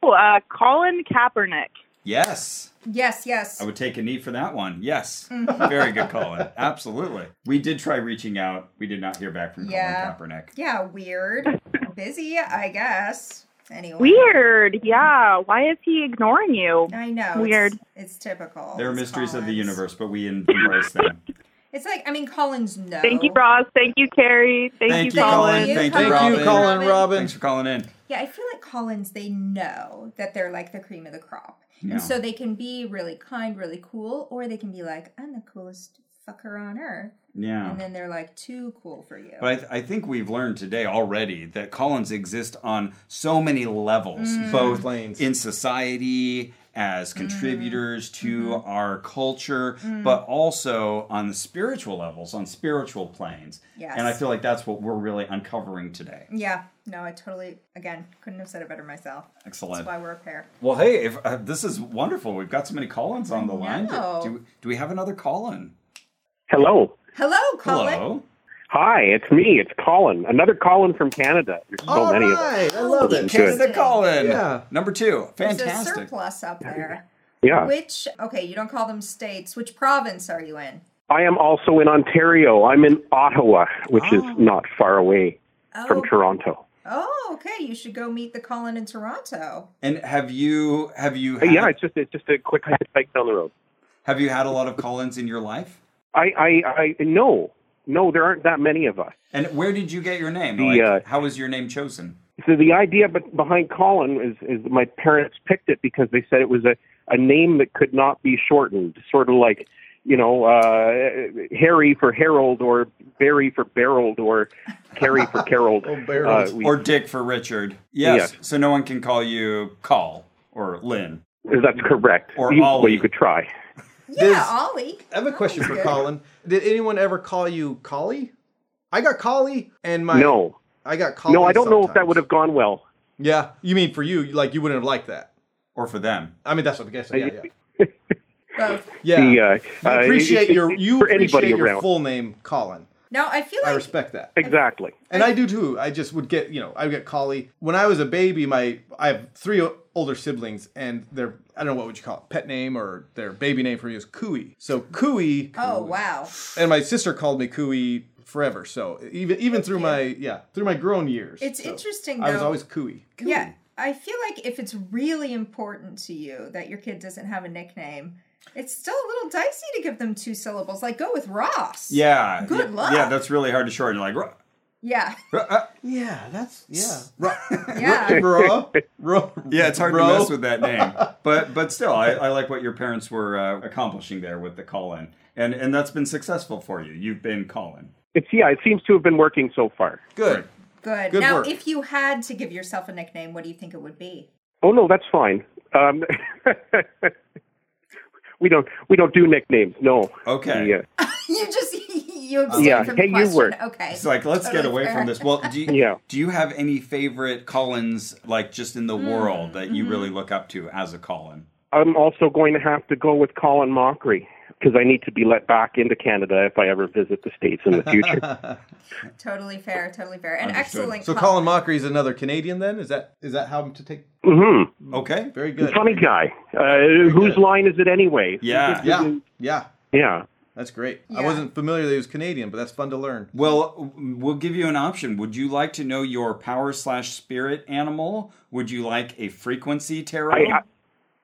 Oh, uh, Colin Kaepernick.
Yes.
Yes, yes.
I would take a knee for that one. Yes. Very good, Colin. Absolutely. We did try reaching out. We did not hear back from
Yeah.
Colin Kaepernick.
yeah, weird. Busy, I guess. Anyway.
Weird. Yeah. Why is he ignoring you?
I know. it's-
Weird.
It's, typical.
There are
It's
mysteries of the
Collins.
universe, but we embrace them.
It's like, I mean, Collins knows.
Thank you, Ross. Thank you, Carrie. Thank,
Thank you,
Colin.
Colin. Thank you,
Thank
Robin.
you, Colin. Robin.
Thanks for calling in.
Yeah, I feel like Collins, they know that they're like the cream of the crop.
Yeah.
And so they can be really kind, really cool, or they can be like, I'm the coolest fucker on earth.
Yeah.
And then they're like, too cool for you.
But I, th- I think we've learned today already that Collins exist on so many levels,
Mm.
both
Lanes.
in society as contributors to
Mm-hmm.
our culture,
Mm.
but also on the spiritual levels, on spiritual planes.
Yes.
And I feel like that's what we're really uncovering today.
yeah, no, I totally, again, couldn't have said it better myself. That's
Excellent.
why we're a pair.
Well, hey, if, uh, this is wonderful. We've got so many Collins on the line.
know.
Do, do, do we have another Colin?
Hello.
Hello, Colin.
Hello.
Hi, it's me. It's Colin. Another Colin from Canada. There's so
All
many of us.
right. I love it.
Good.
Canada Colin.
Yeah.
Number two.
There's a
Fantastic.
surplus up there.
Yeah.
Which, okay, you don't call them states. Which province are you in?
I am also in Ontario. I'm in Ottawa, which is
Ah.
not far away
Oh,
from Toronto.
oh, okay. You should go meet the Colin in Toronto.
And have you have you
But
had,
yeah, it's just it's just a quick hike down the road.
have you had a lot of Collins in your life?
I I, I no no there aren't that many of us.
And where did you get your name?
The,
Like,
uh,
how was your name chosen?
So the idea be- behind Colin is is that my parents picked it because they said it was a a name that could not be shortened, sort of like you know uh, Harry for Harold or Barry for Barreled or Carrie for Carol.
Oh, Barreled.
Uh, we-
Or Dick for Richard? Yes.
Yeah.
So no one can call you Call or Lynn.
That's correct.
Or
you,
Ollie.
Well, you could try.
Yeah,
There's-
Ollie.
I have a question
Ollie's
for
good.
Colin. Did anyone ever call you Collie? I got Collie, and my
no,
I got Collie.
no, I don't know if that
sometimes.
would have gone well.
Yeah, you mean for you? Like you wouldn't have liked that.
Or for them.
I mean, that's what I'm guessing. Yeah, yeah.
Both.
yeah.
The, uh,
I
uh,
appreciate
it-
your
it-
you
for anybody
appreciate your
around.
full name, Colin.
No, I feel
I
like
respect that.
exactly.
And I do too. I just would get, you know, I would get collie. When I was a baby, my I have three o- older siblings, and their I don't know what would you call it, pet name or their baby name for me is Cooey. So Cooey,
Oh wow!
and my sister called me Cooey forever. So even even through my yeah through my grown years,
It's
So
interesting. Though,
I was always Cooey.
yeah. I feel like if it's really important to you that your kid doesn't have a nickname, it's still a little dicey to give them two syllables. Like go with Ross.
Yeah.
Good
Y-
luck.
Yeah, that's really hard to shorten. Like, "Ruh,
Yeah.
ruh, uh."
Yeah, that's yeah.
Yeah.
Raw, raw,
yeah, it's hard to
raw.
mess with that name. But but still, I, I like what your parents were uh, accomplishing there with the Colin, and and that's been successful for you. You've been Colin.
It's yeah. It seems to have been working so far.
Good.
Good.
Good
now,
work.
if you had to give yourself a nickname, what do you think it would be?
Oh no, that's fine. Um, we don't we don't do nicknames. No. uh,
Okay.
Yeah.
you just you abstained
Yeah.
from
Hey,
the
you
question.
work.
Okay.
It's like let's get
Totally
away
fair.
from this. Well, do you,
Yeah.
do you have any favorite Collins like just in the
Hmm,
world that you really look up to as a Colin?
I'm also going to have to go with Colin Mockery because I need to be let back into Canada if I ever visit the states in the future.
Totally fair. Totally fair. And
Understood.
excellent.
So
call.
Colin Mockery is another Canadian. Then is that is that how to take?
hmm
Okay.
Very good.
Funny guy. Uh, whose
good.
line is it anyway?
Yeah.
Yeah, yeah.
Yeah.
That's great. I
Yeah.
wasn't familiar that he was Canadian, but that's fun to learn.
Well, w- we'll give you an option. Would you like to know your power slash spirit animal? Would you like a frequency tarot?
I- I-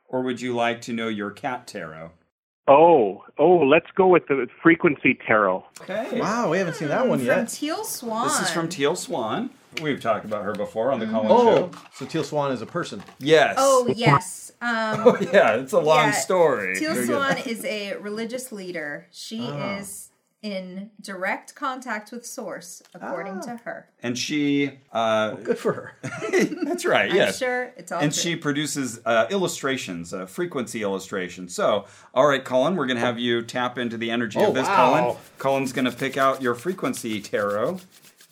or would you like to know your cat tarot?
Oh, oh, let's go with the frequency tarot.
Okay.
Wow, we haven't seen that one
From
yet.
Teal Swan. Mm-hmm.
This is from Teal Swan. We've talked about her before on the Colin
Oh,
show.
so Teal Swan is a person.
Yes. Oh,
Oh yes. Um,
yeah, it's a long
yeah,
story.
Teal
Very good.
Swan is a religious leader. She
Ah.
is in direct contact with Source,
Ah.
according to her.
And she, uh,
Oh, Good for her.
that's right.
I'm
yes.
sure it's all
and
true.
she produces uh, illustrations, uh, frequency illustrations. So, all right, Colin, we're going to have you tap into the energy
Oh,
of this,
wow.
Colin. Colin's going to pick out your frequency tarot.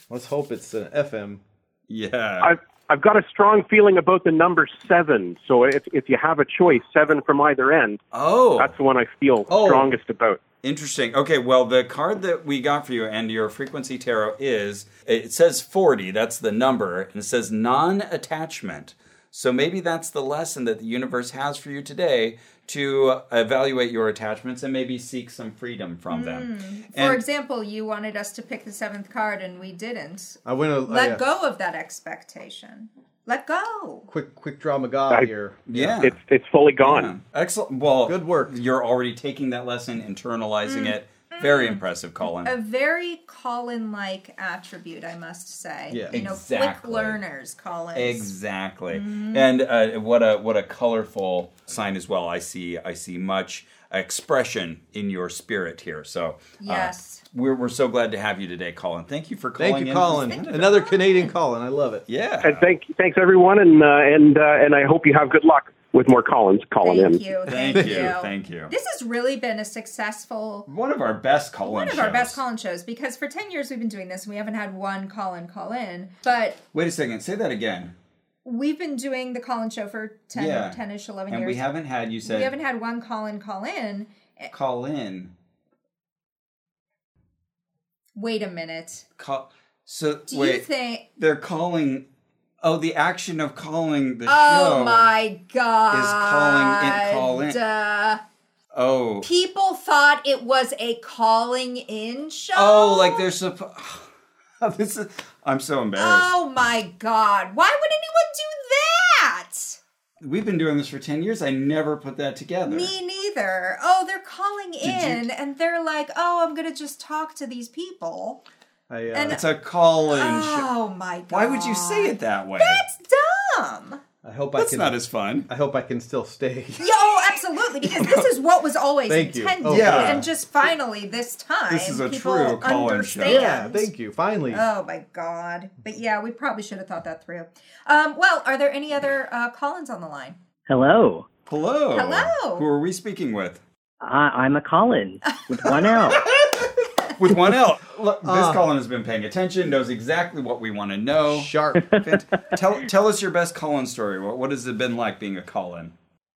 Let's hope it's an FM.
Yeah.
I've I've got a strong feeling about the number seven. So if if you have a choice, seven from either end,
oh,
that's the one I feel
Oh.
strongest about.
interesting. Okay, well, the card that we got for you and your frequency tarot is it says 40, that's the number, and it says non attachment. So maybe that's the lesson that the universe has for you today to evaluate your attachments and maybe seek some freedom from them.
Mm. For
And-
example, you wanted us to pick the seventh card and we didn't.
I went a oh,
Oh,
Let
yeah,
go of that expectation. Let go.
quick quick draw McGaw
I-
here.
yeah.
It's it's fully gone.
Excellent. Well,
Good work.
You're already taking that lesson, internalizing it. Very impressive, Colin.
Hmm. A very Colin like attribute, I must say.
Yeah.
You know,
Exactly.
quick learners, Colin.
Exactly.
Mm-hmm.
And uh, what a what a colorful sign as well. I see I see much expression in your spirit here. So uh,
Yes.
we're we're so glad to have you today, Colin. Thank you for calling.
Thank you,
in.
Colin. Another Canadian Colin. I love it.
Yeah.
And thank thanks everyone, and uh, and uh, and I hope you have good luck with more Collins calling in.
Thank you.
Thank
Thank,
you,
you.
thank you.
This has really been a successful
one of our best Colin.
one of our
shows.
best Colin shows because for 10 years we've been doing this and we haven't had one Colin call in. But
Wait a second. Say that again.
we've been doing the Colin show for 10
Yeah.
10 ish, 11
And
years.
we haven't had you said
we haven't had one Colin call in.
call in.
Wait a minute.
Call. So
Do
wait.
you think?
they're calling. Oh, the action of calling the show.
Oh my god!
calling in-
Uh,
Oh.
people thought it was a calling in show.
Oh, like they're supposed. this is. I'm so embarrassed.
Oh my god! Why would anyone do that?
Uh,
We've been doing this for ten years. I never put that together.
Me neither. Oh, they're calling in, and they're like, "Oh, I'm gonna just talk to these people."
I, uh,
And-
It's a calling. show.
Oh my god!
Why would you say it that way?
That's dumb.
I hope I
That's
can.
not as fun.
I hope I can still stay.
Yeah, oh, absolutely, because this is what was always
Thank you.
intended.
Oh,
Yeah.
And just finally, this time,
This is a
people
true Colin show.
understand.
yeah. Thank you. Finally.
Oh my god! But yeah, we probably should have thought that through. Um, well, are there any other uh, Collins on the line?
Hello.
Hello.
Hello.
Who are we speaking with?
I, I'm a Colin with one L.
With one L. Look, this
Uh.
Colin has been paying attention. Knows exactly what we want to know.
Sharp.
Fant- tell tell us your best Colin story. What what has it been like being a Colin?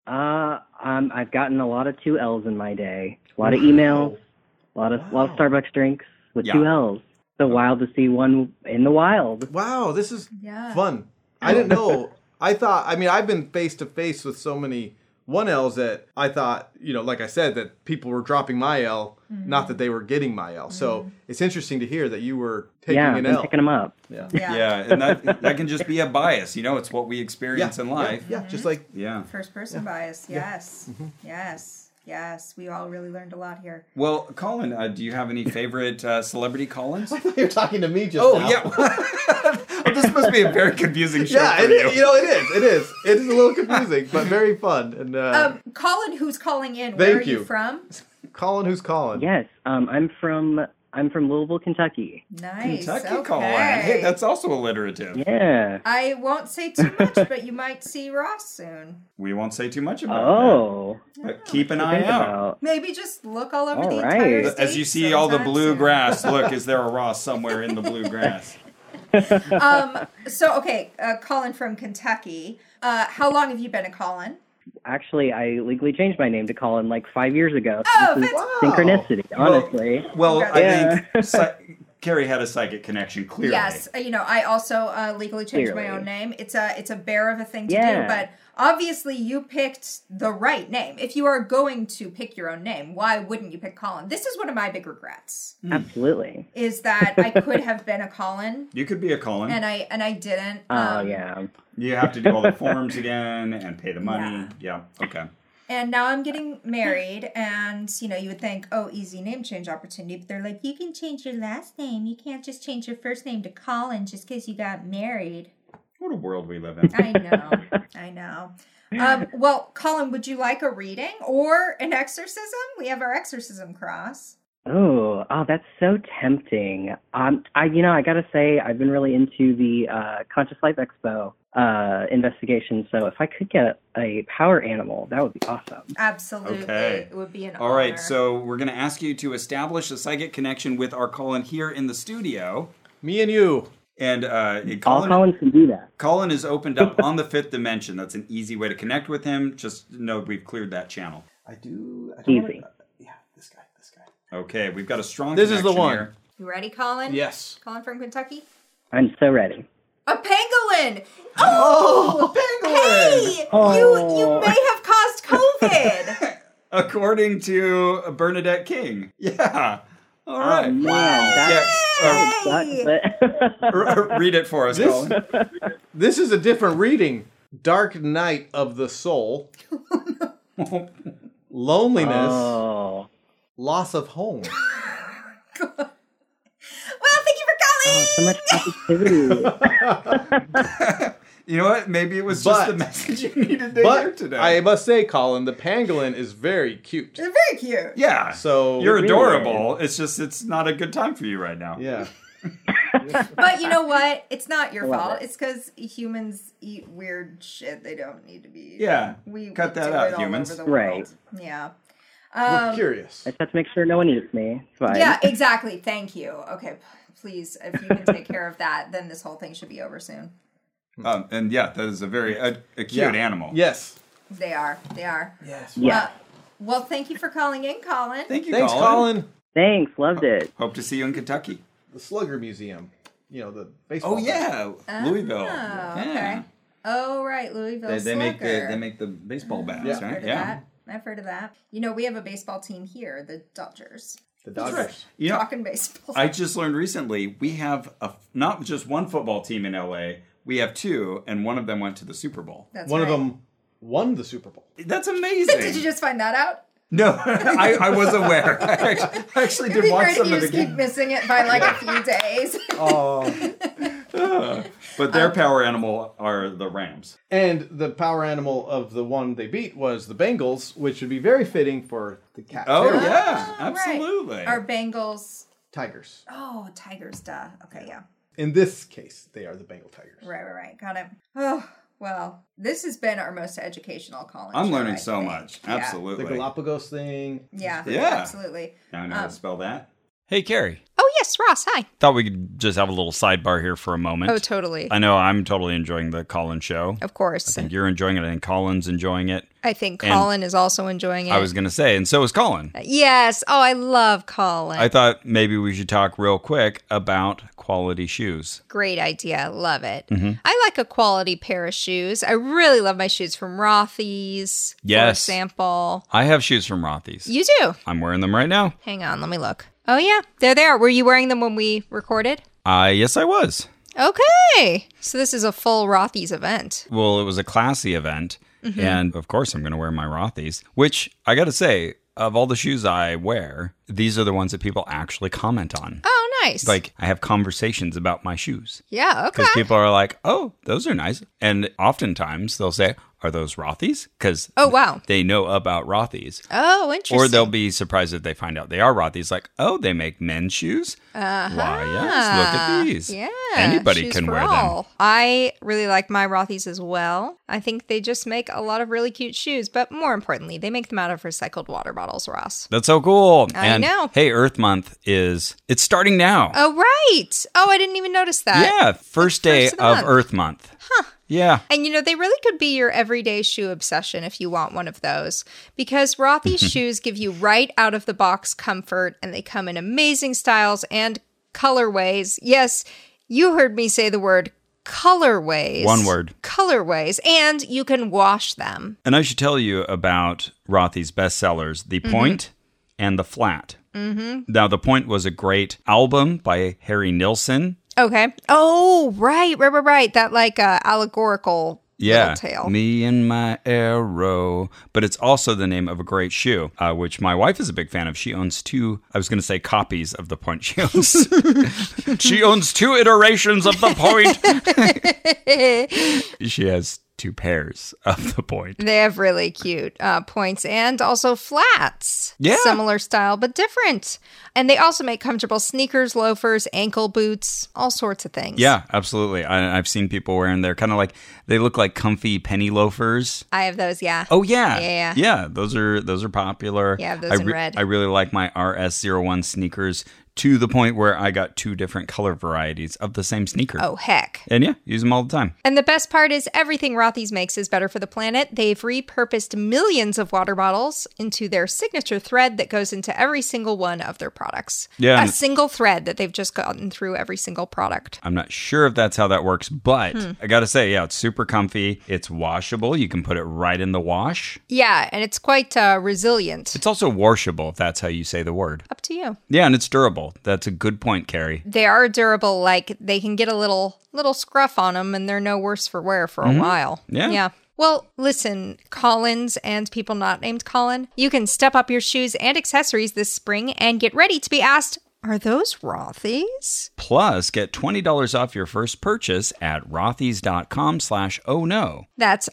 Uh, um, I've gotten a lot of two L's in my day. A lot of emails. A lot of a lot of Starbucks drinks with two
Yeah.
L's. So wild to see one in the wild.
Wow, this is
Yeah.
fun. I didn't know. I thought. I mean, I've been face to face with so many one L's that I thought, you know, like I said, that people were dropping my L, not that they were getting my L. So it's interesting to hear that you were taking
Mm-hmm. yeah,
an
I'm
L.
picking them up.
yeah.
Yeah.
Yeah, and that that can just be a bias. You know, it's what we experience in life. Mm-hmm.
Yeah, just like
yeah. Mm-hmm.
First person bias. Yes. Yes. Yes. We all really learned a lot here.
Well, Colin, uh, do you have any favorite uh, celebrity Collins?
you're talking to me just
Oh
now.
yeah, Well, this must be a very confusing show
yeah.
for
It
you.
is, you know, it is. It is. It is a little confusing, but very fun. And uh,
Um, Colin, who's calling in?
Thank
Where are you
you.
from?
Colin, who's Colin?
Yes. Um, I'm from I'm from Louisville, Kentucky.
Nice.
Kentucky
okay.
Colin. Hey, that's also alliterative.
Yeah.
I won't say too much, but you might see Ross soon.
We won't say too much about
Oh.
that. But keep an eye
Think
out.
about.
Maybe just look all over
All
the
right.
entire
As
state
As you see all the
sometime
blue
soon.
grass, look, is there a Ross somewhere in the blue grass?
Um, so, okay, uh, Colin from Kentucky. Uh, how long have you been a Colin?
Actually, I legally changed my name to Colin like five years ago. So
Oh,
this is
that's-
synchronicity, honestly.
Well, I
Yeah.
think psy- Carrie had a psychic connection, clearly.
Yes, uh, you know, I also uh, legally changed my
Clearly.
own name. It's a it's a bear of a thing to do,
Yeah.
but obviously you picked the right name. If you are going to pick your own name, why wouldn't you pick Colin? This is one of my big regrets
Absolutely.
is that I could have been a Colin
You could be a Colin.
and I and I didn't.
Oh
Um,
yeah.
you have to do all the forms again and pay the money. Yeah. Okay.
And now I'm getting married, and you know, you would think, oh, easy name change opportunity, but they're like, you can change your last name. You can't just change your first name to Colin just because you got married.
What a world we live in.
I know. I know. Um, well, Colin, would you like a reading or an exorcism? We have our exorcism cross.
Oh, oh, that's so tempting. Um, I, you know, I gotta say, I've been really into the uh, Conscious Life Expo uh, investigation. So if I could get a power animal, that would be awesome.
Absolutely. It would be an
All right,
honor.
so we're going to ask you to establish a psychic connection with our Colin here in the studio.
Me and you.
And uh,
All
Colin,
Collins can do that.
Colin is opened up on the fifth dimension. That's an easy way to connect with him. Just know we've cleared that channel.
I do. I
Easy.
wanna- uh, yeah, this guy. This guy.
Okay, we've got a strong
This is the
connection
one.
here.
You ready, Colin?
Yes.
Colin from Kentucky?
I'm so ready.
A pangolin! Oh!
pangolin!
Hey! You, you may have caused COVID!
Oh. According to Bernadette King. Yeah. All
Oh,
right.
Man, that
Yeah,
sucks, but
uh, r- r- read it for us,
This-
Colin.
This is a different reading. Dark night of the soul. Loneliness.
oh,
Loss of home.
well, thank you for
Oh,
calling!
so much positivity.
You know what? Maybe it was just
But-
the message you needed to hear
But
today.
I must say, Colin, the pangolin is very cute.
They're very cute.
yeah.
So
You're adorable. It's just it's not a good time for you right now.
Yeah.
But you know what? It's not your
love
fault.
it.
It's because humans eat weird shit they don't need to be. eating.
Yeah.
We
Cut
we
that
do
out,
it all
humans.
Over the
Right.
world. Yeah.
We're
Um,
curious.
I just have to make sure no one eats me. It's fine.
yeah, exactly. Thank you. Okay, p- please, if you can take care of that, then this whole thing should be over soon.
Um, and yeah, that is a very a, a cute
Yeah.
animal.
Yes.
They are. They are.
Yes.
Yeah.
Uh, well, thank you for calling in, Colin.
Thank you,
Thanks,
Colin.
Colin.
Thanks. Loved it.
Hope to see you in Kentucky.
The Slugger Museum. You know, the baseball.
Oh yeah,
Ah.
Louisville.
Oh,
Yeah.
okay. Oh, right, Louisville
They, they make the
Slugger.
they make the baseball bats,
Yeah.
I've heard
right?
of
Yeah.
that. I've heard of that. You know, we have a baseball team here, the Dodgers.
The
That's
Dodgers.
right. You know,
Talking baseball.
I just learned recently we have a, not just one football team in LA. We have two, and one of them went to the Super Bowl.
That's
One
right.
of them won the Super Bowl.
That's amazing.
Did you just find that out?
No, I, I was aware. I actually, I actually
It'd
did
be
watch
great if
some
you
of the
just
game.
keep missing it by like a few days.
Oh.
But
Um,
their power animal are the Rams.
and the power animal of the one they beat was the Bengals, which would be very fitting for the cat.
Oh
Terrible.
yeah,
Ah, right.
absolutely.
Our Bengals.
Tigers.
Oh, Tigers, duh. Okay, yeah.
In this case, they are the Bengal Tigers.
Right, right, right. Got it. Oh, well, this has been our most educational calling.
I'm
show,
learning
I
so
think.
much.
Yeah.
The
Absolutely.
Galapagos thing.
Yeah,
Yeah.
absolutely.
Now I know how
Um,
to spell that. Hey, Carrie.
Oh, yes, Ross, hi.
Thought we could just have a little sidebar here for a moment.
Oh, totally.
I know I'm totally enjoying the Colin show.
Of course.
And you're enjoying it, and Colin's enjoying it.
I think
and-
Colin is also enjoying it.
I was going to say, and so is Colin.
yes. Oh, I love Colin.
I thought maybe we should talk real quick about quality shoes.
Great idea. Love it. I like a quality pair of shoes. I really love my shoes from Rothy's, for
Yes.
example.
I have shoes from Rothy's.
You do.
I'm wearing them right now.
Hang on, let me look. Oh yeah, they're there. Were you wearing them when we recorded?
Uh, yes, I was.
Okay. So this is a full Rothy's event.
Well, it was a classy event.
Mm-hmm.
And of course, I'm going to wear my Rothy's, which I got to say, of all the shoes I wear, these are the ones that people actually comment on.
Oh, nice.
Like, I have conversations about my shoes
yeah, okay.
because people are like, oh, those are nice. And oftentimes they'll say, are those Rothy's? Because
Oh, wow.
they know about Rothy's.
Oh, interesting.
Or they'll be surprised if they find out they are Rothy's. Like, oh, they make men's shoes. Uh-huh. Why, yes, look at these.
Uh-huh. Yeah.
anybody
shoes
can
for
wear them.
all. I really like my Rothy's as well. I think they just make a lot of really cute shoes, but more importantly, they make them out of recycled water bottles, Ross.
That's so cool.
I
and
know.
hey, Earth Month is it's starting now.
Oh, right. Oh, I didn't even notice that.
yeah, first day
first of
of,
the month.
Earth Month. Huh. Yeah.
And you know, they really could be your everyday shoe obsession if you want one of those because Rothy's shoes give you right out of the box comfort and they come in amazing styles and colorways. Yes, you heard me say the word colorways.
One word.
Colorways. And you can wash them.
And I should tell you about Rothy's bestsellers, The
Mm-hmm.
Point and The Flat. Mm-hmm. Now, The Point was a great album by Harry Nilsson.
Okay. Oh, right, right, right, right. That like uh, allegorical
yeah,
tail.
me and my arrow. But it's also the name of a great shoe, uh, which my wife is a big fan of. She owns two. I was going to say copies of the point she owns. she owns two iterations of the point. she has two pairs of the point.
They have really cute uh, points and also flats.
Yeah.
Similar style, but different. And they also make comfortable sneakers, loafers, ankle boots, all sorts of things.
Yeah, absolutely. I, I've seen people wearing. They're kind of like they look like comfy penny loafers.
I have those, yeah.
Oh yeah.
Yeah.
Yeah, those are those are popular.
Yeah, I have those
I
in red.
I really like my RS01 sneakers to the point where I got two different color varieties of the same sneaker.
Oh, heck.
And yeah, use them all the time.
And the best part is everything Rothy's makes is better for the planet. They've repurposed millions of water bottles into their signature thread that goes into every single one of their products.
Yeah,
A
and-
single thread that they've just gotten through every single product.
I'm not sure if that's how that works, but
Hmm.
I got to say, yeah, it's super comfy. It's washable. You can put it right in the wash.
Yeah, and it's quite uh, resilient.
It's also washable if that's how you say the word.
Up to you.
Yeah, and it's durable. That's a good point, Carrie.
They are durable. Like they can get a little little scruff on them, and they're no worse for wear for
Mhm.
a while.
Yeah.
Yeah. Well, listen, Collins and people not named Colin, you can step up your shoes and accessories this spring and get ready to be asked, are those Rothy's?
Plus, get $20 off your first purchase at rothys.com slash oh no.
That's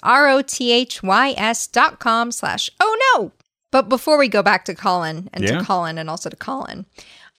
R-O-T-H-Y-S dot com slash oh no. But before we go back to Colin and
Yeah.
to Colin and also to Colin,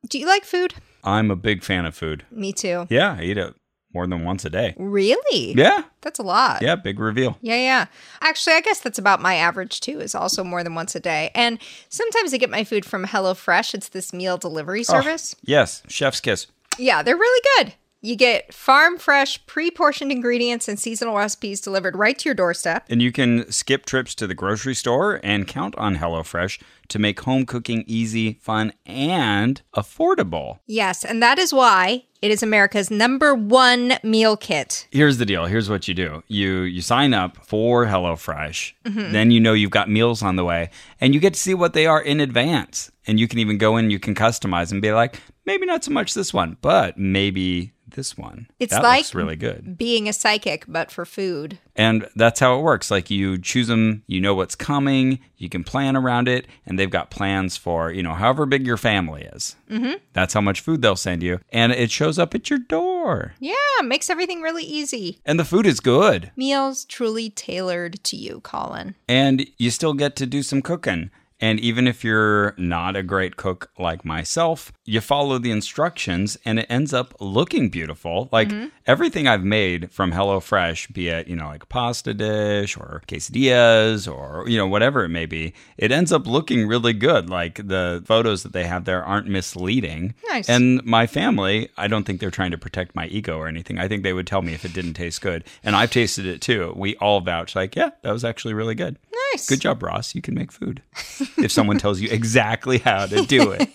do you like food?
I'm a big fan of food.
Me too.
Yeah, I eat it more than once a day.
Really?
Yeah.
That's a lot.
Yeah, big reveal.
Yeah, yeah. Actually, I guess that's about my average too, is also more than once a day. And sometimes I get my food from HelloFresh. It's this meal delivery
Oh,
service.
yes, chef's kiss.
Yeah, they're really good. You get farm fresh, pre portioned ingredients and seasonal recipes delivered right to your doorstep.
And you can skip trips to the grocery store and count on HelloFresh to make home cooking easy, fun, and affordable.
Yes, and that is why it is America's number one meal kit.
Here's the deal. Here's what you do. You you sign up for HelloFresh.
Mhm.
Then you know you've got meals on the way and you get to see what they are in advance. And you can even go in, you can customize and be like, maybe not so much this one, but maybe this one.
It's
that
like
looks really good.
being a psychic, but for food.
And that's how it works. Like you choose them, you know what's coming, you can plan around it, and they've got plans for, you know, however big your family is.
Mm-hmm.
That's how much food they'll send you. And it shows up at your door.
Yeah, makes everything really easy.
And the food is good.
Meals truly tailored to you, Colin.
And you still get to do some cooking. And even if you're not a great cook like myself, you follow the instructions and it ends up looking beautiful. Like
Mhm.
everything I've made from HelloFresh, be it, you know, like pasta dish or quesadillas or, you know, whatever it may be, it ends up looking really good. Like the photos that they have there aren't misleading.
Nice.
And my family, I don't think they're trying to protect my ego or anything. I think they would tell me if it didn't taste good. And I've tasted it too. We all vouch, like, yeah, that was actually really good.
Nice.
Good job, Ross. You can make food. if someone tells you exactly how to do it.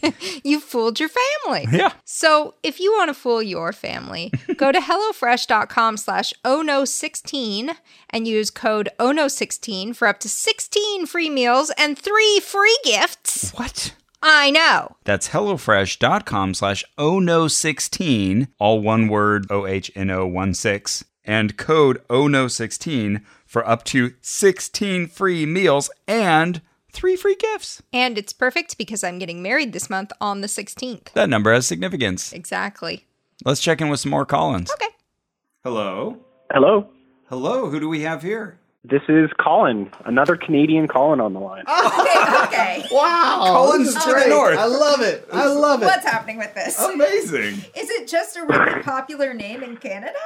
you fooled your family.
Yeah.
So if you want to fool your family, go to HelloFresh.com slash ONO16 and use code ONO16 for up to 16 free meals and three free gifts.
What?
I know.
That's HelloFresh.com slash ONO16, all one word, O-H-N-O-1-6, and code ONO16 for up to 16 free meals and three free gifts.
And it's perfect because I'm getting married this month on the 16th.
That number has significance.
Exactly.
Let's check in with some more Collins.
Okay.
Hello.
Hello.
Hello. Who do we have here?
This is Colin, another Canadian Colin on the line.
Okay, okay.
Oh,
wow.
Collins
to the north. I love it. I love it.
What's happening with this?
Amazing.
Is it just a really popular name in Canada?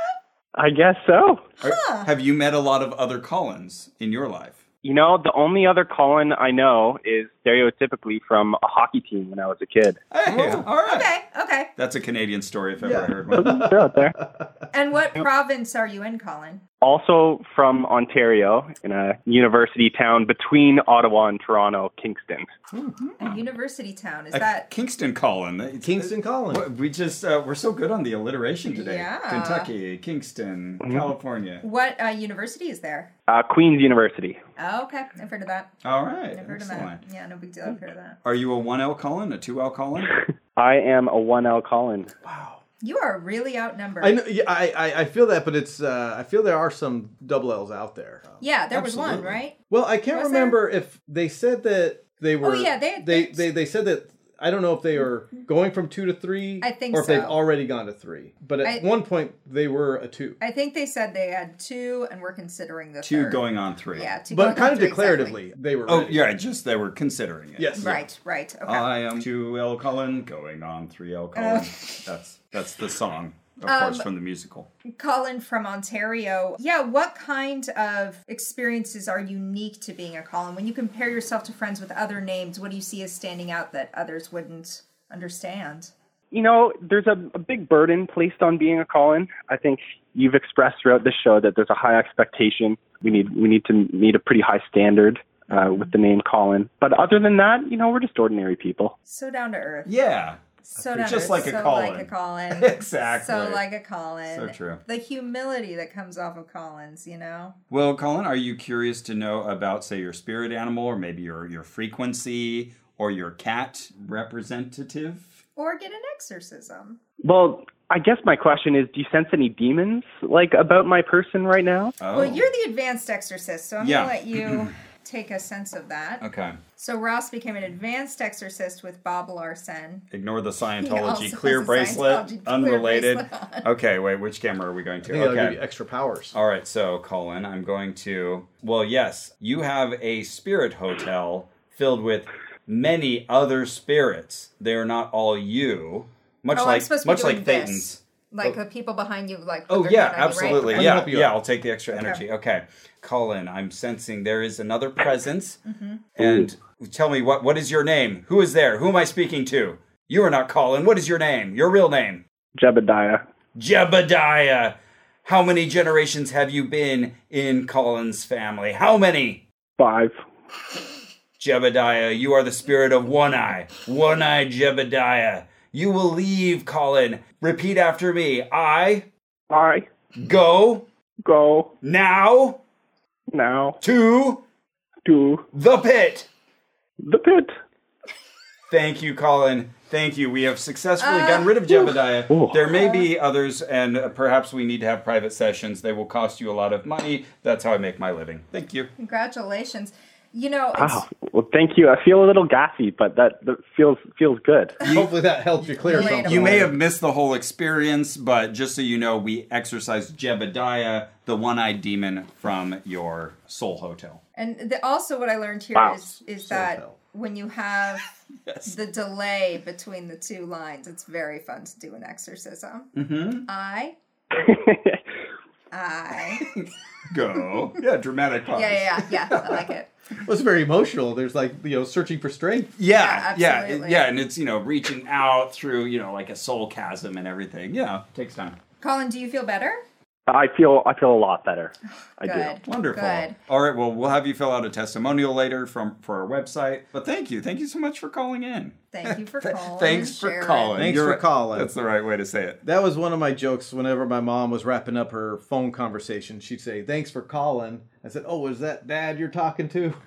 I guess so.
Huh.
Have you met a lot of other Collins in your life?
You know, the only other Colin I know is stereotypically from a hockey team when I was a kid.
Hey, all right.
Okay, okay.
That's a Canadian story if ever I heard one.
They're out there.
And what province are you in, Colin?
Also from Ontario, in a university town between Ottawa and Toronto, Kingston.
A university town. Is
A
that
Kingston Collin. Kingston Collin. We just uh, we're so good on the alliteration today.
Yeah.
Kentucky, Kingston, California.
what uh, university is there?
Mm-hmm. Uh, Queen's University.
Oh, okay. I've heard of that.
All right,
I've heard of
excellent.
that. Yeah, no big deal. I've heard of that.
Are you a one L Collin, a two L Collin?
I am a 1L Colin.
You are really outnumbered.
I know. Yeah, I, I I feel that, but it's uh, I feel there are some double L's out there.
Yeah, there was one,
Absolutely.
right?
Well, I can't
Was there?
remember if they said that they were.
Oh, yeah, they- Mm-hmm.
they they they said that. I don't know if they are going from two to three.
I think
or if
so.
they've already gone to three. But at
I-
one point, they were a two.
I think they said they had two, and we're considering the
Two
third.
going on three.
Yeah, two
but
going on
kind of
three,
declaratively, they were.
Oh,
ready.
yeah, just they were considering it.
Yes.
Right, right. Okay. Oh.
I am 2L Cullen going on 3L Cullen. that's that's the song, of
Um,
course, from the musical.
Colin from Ontario. Yeah, what kind of experiences are unique to being a Colin? When you compare yourself to friends with other names, what do you see as standing out that others wouldn't understand?
you know, there's a, a big burden placed on being a call-in. I think you've expressed throughout this show that there's a high expectation. We need we need to meet a pretty high standard uh, with the name Colin. But other than that, you know, we're just ordinary people.
So down to earth.
Yeah.
So down
Just
to earth.
like a
so
Colin.
like a Colin.
Exactly.
So like a Colin.
So true.
The humility that comes off of Collins, you know?
Well, Colin, are you curious to know about, say, your spirit animal or maybe your, your frequency or your cat representative?
Or get an exorcism.
Well, I guess my question is, do you sense any demons like about my person right now?
Oh.
Well, you're the advanced exorcist, so I'm
Yeah.
going to let you take a sense of that.
Okay.
So Ross became an advanced exorcist with Bob Larson.
Ignore the
He also
Scientology
has
clear
a
bracelet.
Scientology clear
unrelated.
bracelet on.
okay, wait, which camera are we going to?
I think that'll
okay.
give you extra powers.
All right, so Colin, I'm going to. Well, yes, you have a spirit hotel filled with many other spirits. They are not all you. Much
Oh, I'm
like
supposed to be
much
doing
like
this.
Thetans.
Like the people behind you, like. put
Oh
their
yeah,
hand on you, right?
absolutely.
Okay.
Yeah,
help you
yeah.
out.
I'll take the extra energy. Okay, Colin, I'm sensing there is another presence.
Mhm.
And tell me what what is your name? Who is there? Who am I speaking to? You are not Colin. What is your name? Your real name?
Jebediah.
Jebediah. How many generations have you been in Colin's family? How many?
Five.
Jebediah, you are the spirit of One Eye. One Eye Jebediah. You will leave, Colin. Repeat after me. I.
I.
Go.
Go.
Now.
Now.
To.
To.
The pit.
The pit.
Thank you, Colin. Thank you. We have successfully
Uh,
gotten rid of Jebediah.
Ooh.
There may be others, and uh, perhaps we need to have private sessions. They will cost you a lot of money. That's how I make my living. Thank you.
Congratulations. You know, it's-
Wow. Well, thank you. I feel a little gassy, but that, that feels feels good.
Hopefully that helped you clear something.
You may have missed the whole experience, but just so you know, we exorcised Jebediah, the one eyed demon from your soul hotel.
and the, also what I learned here is
Wow.
is that when you have the delay between the two lines, it's very fun to do an exorcism.
Mm-hmm.
I, I,
Go. Yeah, dramatic
yeah,
pause.
yeah, yeah, yeah. I like it.
Well, it's very emotional. There's like you know searching for strength.
Yeah,
Yeah,
yeah, yeah,
absolutely.
and it's you know reaching out through you know like a soul chasm and everything. Yeah, takes time.
Colin, do you feel better?
I feel I feel a lot better. I
Good.
do.
Wonderful.
Good.
All right. Well, we'll have you fill out a testimonial later from for our website. But thank you, thank you so much for calling in.
Thank you for calling.
Thanks for
Sharon.
calling.
Thanks
You're
for
right.
calling.
That's the right way to say it.
That was one of my jokes whenever my mom was wrapping up her phone conversation. She'd say, Thanks for calling. I said, Oh, is that dad you're talking to?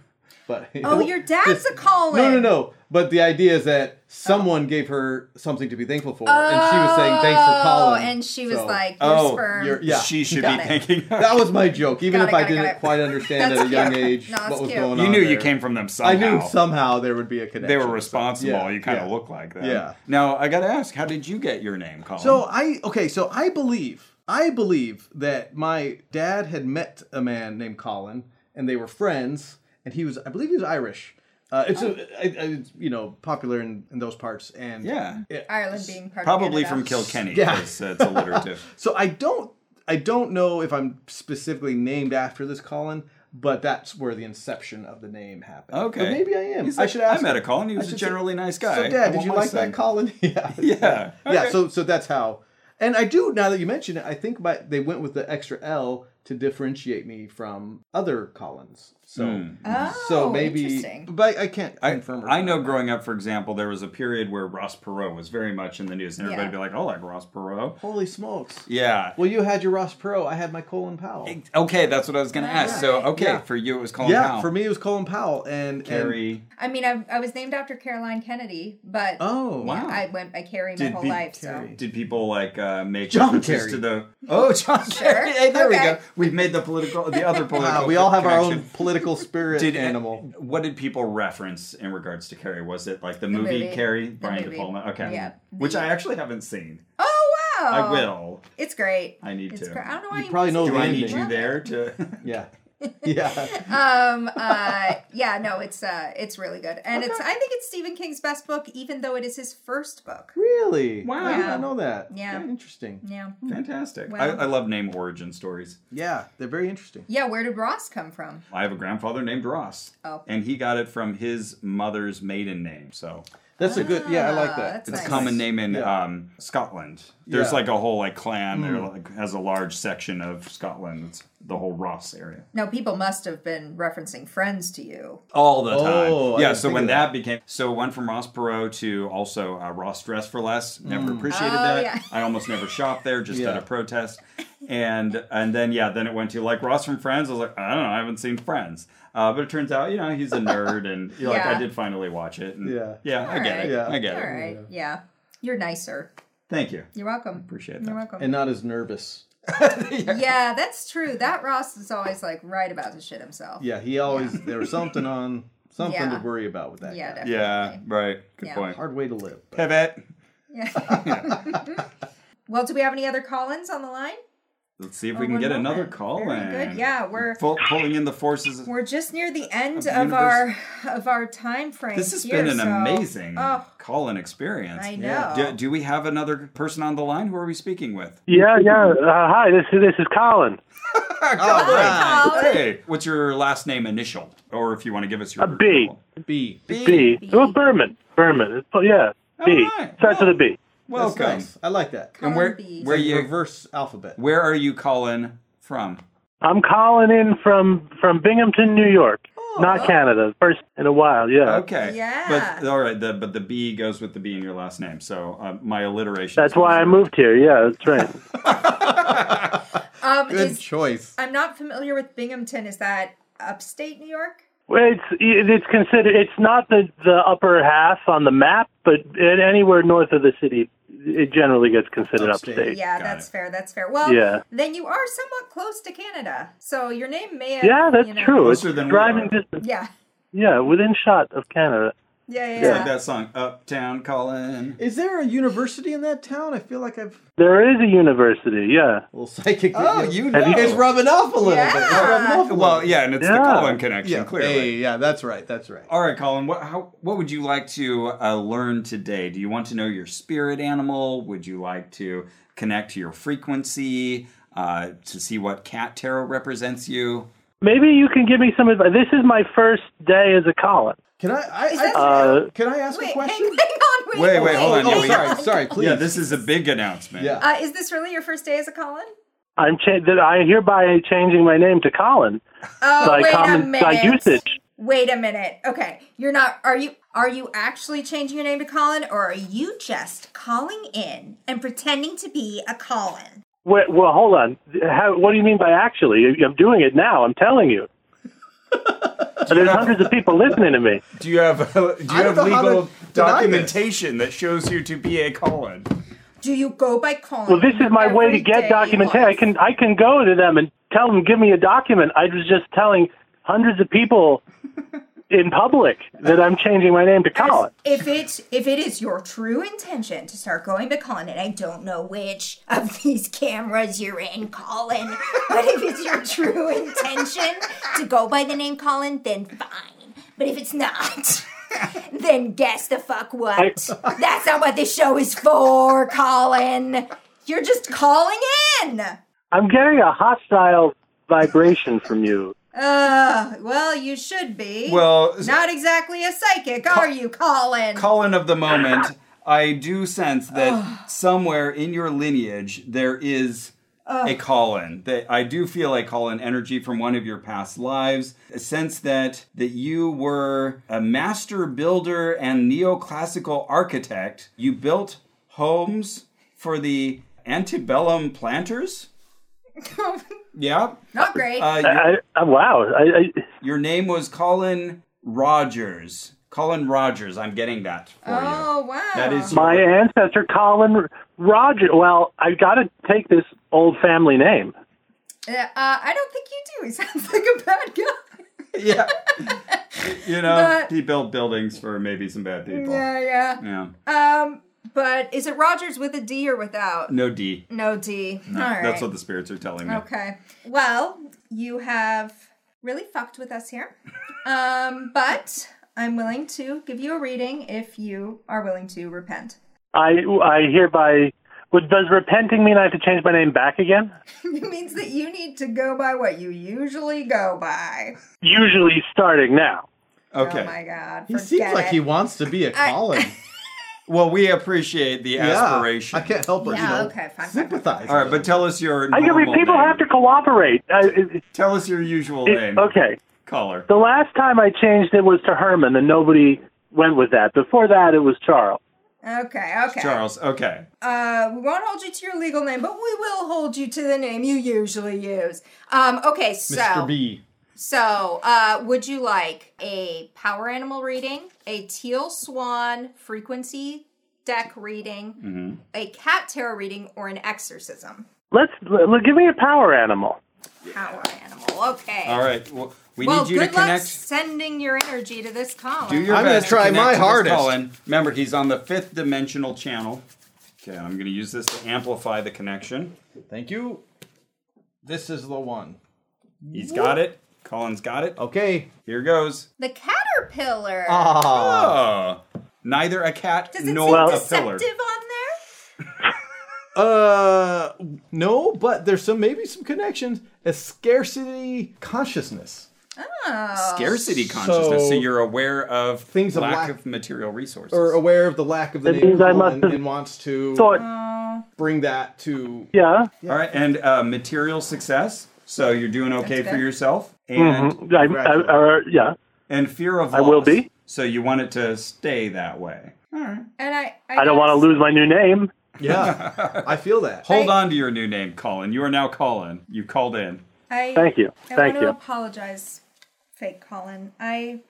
But
Oh, your dad's a Colin.
No, no, no. But the idea is that someone gave her something to be thankful for. and she was saying, Thanks for calling.
Oh, and she was like, "Your sperm."
you're- yeah.
She should
Got
be
it.
thanking.
That was my joke, even
Got
if
it,
I
got it, got
didn't
it.
quite understand at
That's
a young
cute.
age
No, that's
what was
cute.
going
You
on.
knew you
there.
came from them
I
somehow.
knew somehow there would be a connection.
They were responsible.
Yeah,
you kind of
yeah.
look like them.
Yeah.
Now I got to ask, how did you get your name, Colin?
So I okay, so I believe I believe that my dad had met a man named Colin, and they were friends, and he was I believe he was Irish. Uh, it's a, I, I, it's, you know popular in, in those parts, and
Yeah.
Ireland being part
probably
of
from
Canada.
Kilkenny.
Yeah.
Yeah, it's, it's alliterative.
So I don't I don't know if I'm specifically named after this Colin, but that's where the inception of the name happened.
Okay.
But maybe I am.
He's
I
like,
should ask.
I met a Colin. He
I
was a
should
generally nice guy.
So,
I
Dad, did
want
you
my
like
son."
that Colin? yeah.
Yeah.
Yeah.
okay.
So so that's how. And I do now that you mention it, I think my, they went with the extra L to differentiate me from other Collins. So,
Mm.
Hmm. so
Oh,
maybe,
interesting.
but I can't
I,
confirm. or
I know growing up, for example, there was a period where Ross Perot was very much in the news, and everybody
Yeah.
would be like, oh, like Ross Perot.
Holy smokes!
Yeah.
Well, you had your Ross Perot. I had my Colin Powell.
Okay, that's what I was going to ask. So, okay,
Yeah.
for you it was Colin
yeah,
Powell.
for me it was Colin Powell and
Carrie.
I mean, I, I was named after Caroline Kennedy, but
Oh,
yeah,
wow.
I went by Carrie my whole
pe-
life.
did people like uh, make
John
references
Kerry.
to the oh John
Sure.
Kerry? Hey, there we
Okay.
go. We've made the political the other political.
Wow, we all have our own
connection.
political spirit
Did uh,
animal.
What did people reference in regards to Carrie? Was it like the, movie,
movie.
Carrie,
The
Brian
movie.
De Palma? Okay,
Yeah.
which I actually haven't seen.
Oh wow!
I will.
It's great.
I need
It's
to.
great. I don't know why you
probably know
Do
the
I need
ending.
you there to?
yeah, yeah.
um uh yeah no it's uh it's really good and it's i think it's stephen king's best book even though it is his first book
Really?
Wow.
I did
Yeah.
not know that.
Yeah.
Interesting.
yeah
Fantastic.
Well.
I, I love name origin stories.
Yeah, they're very interesting.
yeah where did ross come from
I have a grandfather named Ross,
Oh.
and he got it from his mother's maiden name. So
That's a good. Yeah, I like
Ah,
that.
that's
It's
nice.
a common name in
Yeah.
um, Scotland. There's
Yeah.
like a whole like clan there
Mm.
like, has a large section of Scotland. It's the whole Ross area.
no people must have been referencing friends to you
All the time.
Oh, I
yeah,
didn't
so
think
when
of
that. became so one from Ross Perot to also uh, Ross Dress for Less. Never
Mm.
appreciated
Oh,
that.
yeah.
I almost never shopped there just
Yeah.
at a protest. And and then yeah, then it went to like Ross from Friends. I was like, I don't know, I haven't seen Friends. Uh, but it turns out, you know, he's a nerd and you know, like
Yeah.
I did finally watch it. And
Yeah.
Yeah, I get
Alright.
it.
Yeah.
I get
all
it.
right yeah you're nicer
Thank you.
you're welcome
Appreciate
you're
that.
welcome
And uh, not as nervous.
yeah that's true that ross is always like right about to shit himself
Yeah, he always there was something on something
Yeah.
to worry about with that.
Yeah,
guy.
definitely.
Yeah, right. Good
Yeah.
point.
Hard way to live.
Pivot.
well do we have any other call-ins on the line
Let's see if
Oh,
we can
one
get another
moment.
call in.
very good yeah we're
Full, pulling in the forces.
We're just near the end
Of
of,
the
our of our time frame.
This has
here,
been an
so-
amazing
Oh,
call in experience.
I
Yeah.
know.
Do, do we have another person on the line? Who are we speaking with?
Yeah, yeah. Uh, hi, this is this is Colin.
Colin.
Colin.
Hey, what's your last name initial? Or if you want to give us your.
A B.
B.
B. Well, Berman. Berman. It's- Oh, yeah. B.
All right.
Starts with a B.
Welcome.
Nice. I like that.
And where,
Colin B.
where,
Like
you,
reverse alphabet.
where are you calling from?
I'm calling in from from Binghamton, New York. Not Canada. First in a while. Yeah.
Oh. Okay.
Yeah.
But all right, the, but the B goes with the B in your last name. So uh, my alliteration.
That's why I moved here. Yeah, that's right.
um,
Good
is,
choice.
I'm not familiar with Binghamton. Is that upstate New York?
Well, it's it's considered. It's not the the upper half on the map, but it, anywhere north of the city, it generally gets considered
Upstate.
upstate.
Yeah,
Got
that's
it.
fair. That's fair. Well,
Yeah.
then you are somewhat close to Canada, so your name may have.
Yeah, that's
you know-
true. It's
Closer than we
driving
are.
distance.
Yeah,
Yeah, within shot of Canada.
yeah, yeah.
It's like
yeah.
that song, Uptown Colin.
Is there a university in that town? I feel like I've
There is a university. Yeah.
a little psychic.
Oh, you
Have
know.
you-
It's rubbing off a little bit. It's rubbing off a little
Well,
bit.
yeah, and it's the
Yeah.
Colin connection,
Yeah,
clearly.
hey, yeah, that's right. That's right.
All right, Colin. What how, what would you like to uh, learn today? Do you want to know your spirit animal? Would you like to connect to your frequency uh, to see what cat tarot represents you?
Maybe you can give me some advice. This is my first day as a Colin.
Can I? I,
Is
I
that-
Uh,
can I ask
Wait,
a
hang, hang
question?
on. Wait,
Wait, wait, hold on.
Oh,
we-
sorry, sorry. Please.
Yeah, this is a big announcement.
Yeah.
Uh, is this really your first day as a Colin?
I'm cha- that I hereby changing my name to Colin
Oh,
by
wait a
common
minute.
by usage.
Wait a minute. Okay, you're not. Are you? Are you actually changing your name to Colin, or are you just calling in and pretending to be a Colin?
Wait, well, hold on. How, what do you mean by actually? I'm doing it now. I'm telling you. There's hundreds of people listening to me.
Do you have do you
I don't
have
know how to
legal
deny
documentation that shows you to be a Colin?
Do you go by Colin?
Well, this is my way to
every day
get
you
documentation. I
live?
can I can go to them and tell them give me a document. I was just telling hundreds of people in public that I'm changing my name to Colin.
If it if it is your true intention to start going by Colin, and I don't know which of these cameras you're in, Colin, but if it's your true intention to go by the name Colin, then fine. But if it's not, then guess the fuck what? That's not what this show is for, Colin. You're just calling in.
I'm getting a hostile vibration from you.
Uh, well, you should be.
Well,
not exactly a psychic, are you, Colin?
Colin of the moment, I do sense that somewhere in your lineage there is
Ugh.
a call in. That I do feel a call in energy from one of your past lives, a sense that that you were a master builder and neoclassical architect. You built homes for the antebellum planters. yeah, Uh,
Not great.
you-
Uh, wow.
your name was Colin Rogers. Colin Rogers. I'm getting that.
oh wow.
That is
my ancestor, Colin Roger. Well, I got to take this old family name.
Uh, uh, I don't think you do. He sounds like a bad guy.
yeah. You know,
But-
he built buildings for maybe some bad people.
Yeah, yeah.
Yeah.
Um, but is it Rogers with a D or without?
No D.
No D.
No,
All right.
That's what the spirits are telling me.
Okay. Well, you have really fucked with us here. Um, but I'm willing to give you a reading if you are willing to repent.
I, I hereby. Would, does repenting mean I have to change my name back again?
it means that you need to go by what you usually go by.
Usually starting now.
Oh my god.
He seems
forget
like he
it.
wants to be a
I-
Colin.
Well, we appreciate the
Yeah,
aspiration.
I can't help but
Yeah,
you know,
okay, fine.
sympathize.
All right, but tell us your.
I mean,
normal
people
name.
have to cooperate. I, it-
Tell us your usual
it-
name.
okay.
Caller.
The last time I changed it was to Herman, and nobody went with that. Before that, it was Charles.
Okay, okay.
Charles. Okay.
Uh, we won't hold you to your legal name, but we will hold you to the name you usually use. Um, okay, so
Mr. B.
So, uh, would you like a power animal reading, a teal swan frequency deck reading,
Mm-hmm.
a cat tarot reading, or an exorcism?
Let's l- give me a power animal.
Power animal. Okay.
All right. Well, we
well,
need you to
good luck
connect.
sending your energy to this column.
Do your
I'm gonna
best.
try
to connect
my
to this
hardest.
Colin. Remember, he's on the fifth dimensional channel. Okay, I'm going to use this to amplify the connection.
Thank you. This is the one.
He's got it. Colin's got it.
Okay.
Here goes.
the caterpillar.
Ah. Neither a cat
Does it
nor
seem
a
deceptive
pillar.
on there?
Uh, no, but there's some maybe some connections. A scarcity consciousness.
Oh.
Scarcity consciousness. So,
So-
you're aware of
Things of
lack of,
lack-
material resources.
or aware of the lack of the
It
name
means I
pool
must
and,
have
and wants to
thought-
bring that to
Yeah.
All right, and uh, material success. So you're doing okay
That's
for
good.
yourself, and
hmm I, I, I, yeah.
and fear of
I
loss.
will be.
So you want it to stay that way.
And I, I,
I don't want to
guess-
lose my new name.
yeah i feel that
Hold on to your new name, Colin. You are now Colin. You called in.
I,
Thank you.
I
Thank
want to
you.
apologize, fake Colin. I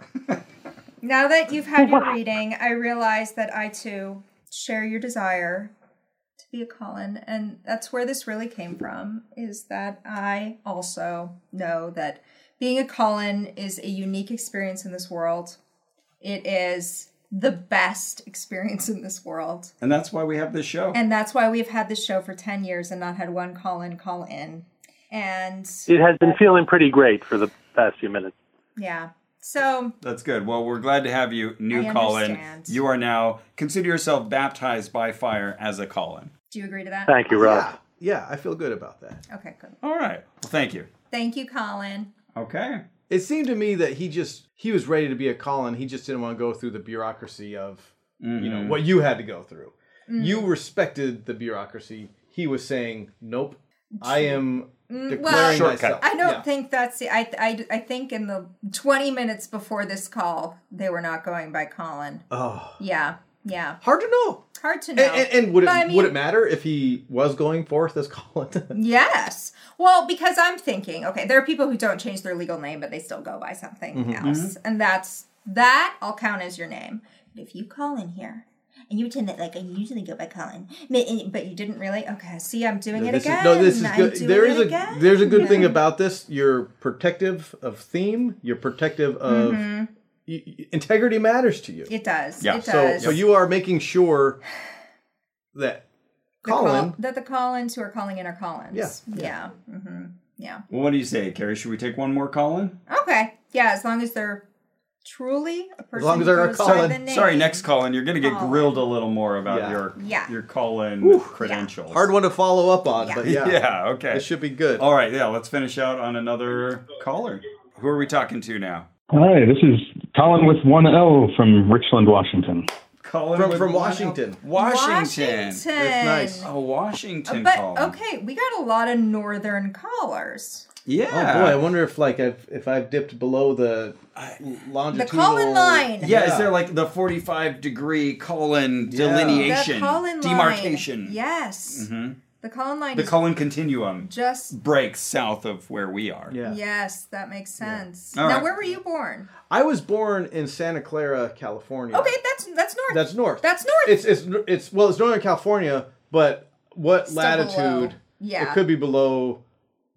now that you've had your reading, I realize that I too share your desire to be a Colin, and that's where this really came from. Is that I also know that being a Colin is a unique experience in this world. It is the best experience in this world.
And that's why we have this
Oh.
show.
And that's why we've had this show for 10 years and not had one call in, call in. And uh,
It has been feeling pretty great for the past few minutes.
yeah. So
That's good. Well, we're glad to have you, new
I
Colin.
understand.
You are now consider yourself baptized by fire as a Colin.
Do you agree to that?
Thank you, Rob.
yeah yeah i feel good about that
Okay, good.
All right. Well, thank you.
Thank you, Colin.
Okay.
it seemed to me that he just he was ready to be a colin he just didn't want to go through the bureaucracy of you know what you had to go through you respected the bureaucracy he was saying nope i am declaring
Shortcut. Mm,
myself
I don't
Yeah.
think that's the. I, I, I think in the 20 minutes before this call, they were not going by Colin.
oh
Yeah. Yeah.
hard to know
Hard to know.
and, and, and would it
But I mean-
would it matter if he was going forth as colin
Yes. Well, because I'm thinking, okay, there are people who don't change their legal name, but they still go by something
Mm-hmm.
else. And that's that I'll count as your name. But if you call in here and you pretend that, like, I usually go by Colin, but but you didn't really, okay, see, I'm doing it
this
again.
Is, no, this is
I'm
good.
doing
There
it
is a
again.
there's a good thing about this. You're protective of theme. You're protective of y- y- integrity matters to you.
Mm-hmm. It does.
Yeah,
It
so
does.
so you are making sure that
The call-
Colin.
that the Collins who are calling in are Collins.
Yeah,
Yeah. hmm Yeah.
Well, what do you say, Carrie? Should we take one more Colin?
Okay. Yeah, as long as they're truly a person.
long as
who
they're a
goes by
Colin.
the name. Uh,
Sorry, next Colin. You're going to get
Colin.
grilled a little more about
Yeah.
your
Yeah.
your Colin credentials.
Hard one to follow up on,
Yeah.
but
Yeah.
yeah,
Okay.
it should be good.
All right, yeah, let's finish out on another caller. Who are we talking to now?
Hi, this is Colin with 1L from Richland, Washington.
Colin
From-
with
from
one
Washington.
L- Washington.
Washington. It's nice.
Oh, Washington.
but
Colin.
okay, we got a lot of northern callers.
Yeah.
Oh boy, I wonder if like I've if I've dipped below the longitudinal.
Colin line.
Yeah, is there like the 45 degree Colin
Yeah.
delineation,
The Colin
demarcation?
Line. Yes.
hmm
The Colin line
The
is
Colin continuum
just
breaks south of where we are.
Yes, that makes sense.
All
Now
right.
where were you born?
I was born in Santa Clara, California.
Okay, that's that's north.
That's north.
That's north.
It's it's it's well, it's Northern California, but what
Still
latitude?
below. Yeah.
it could be below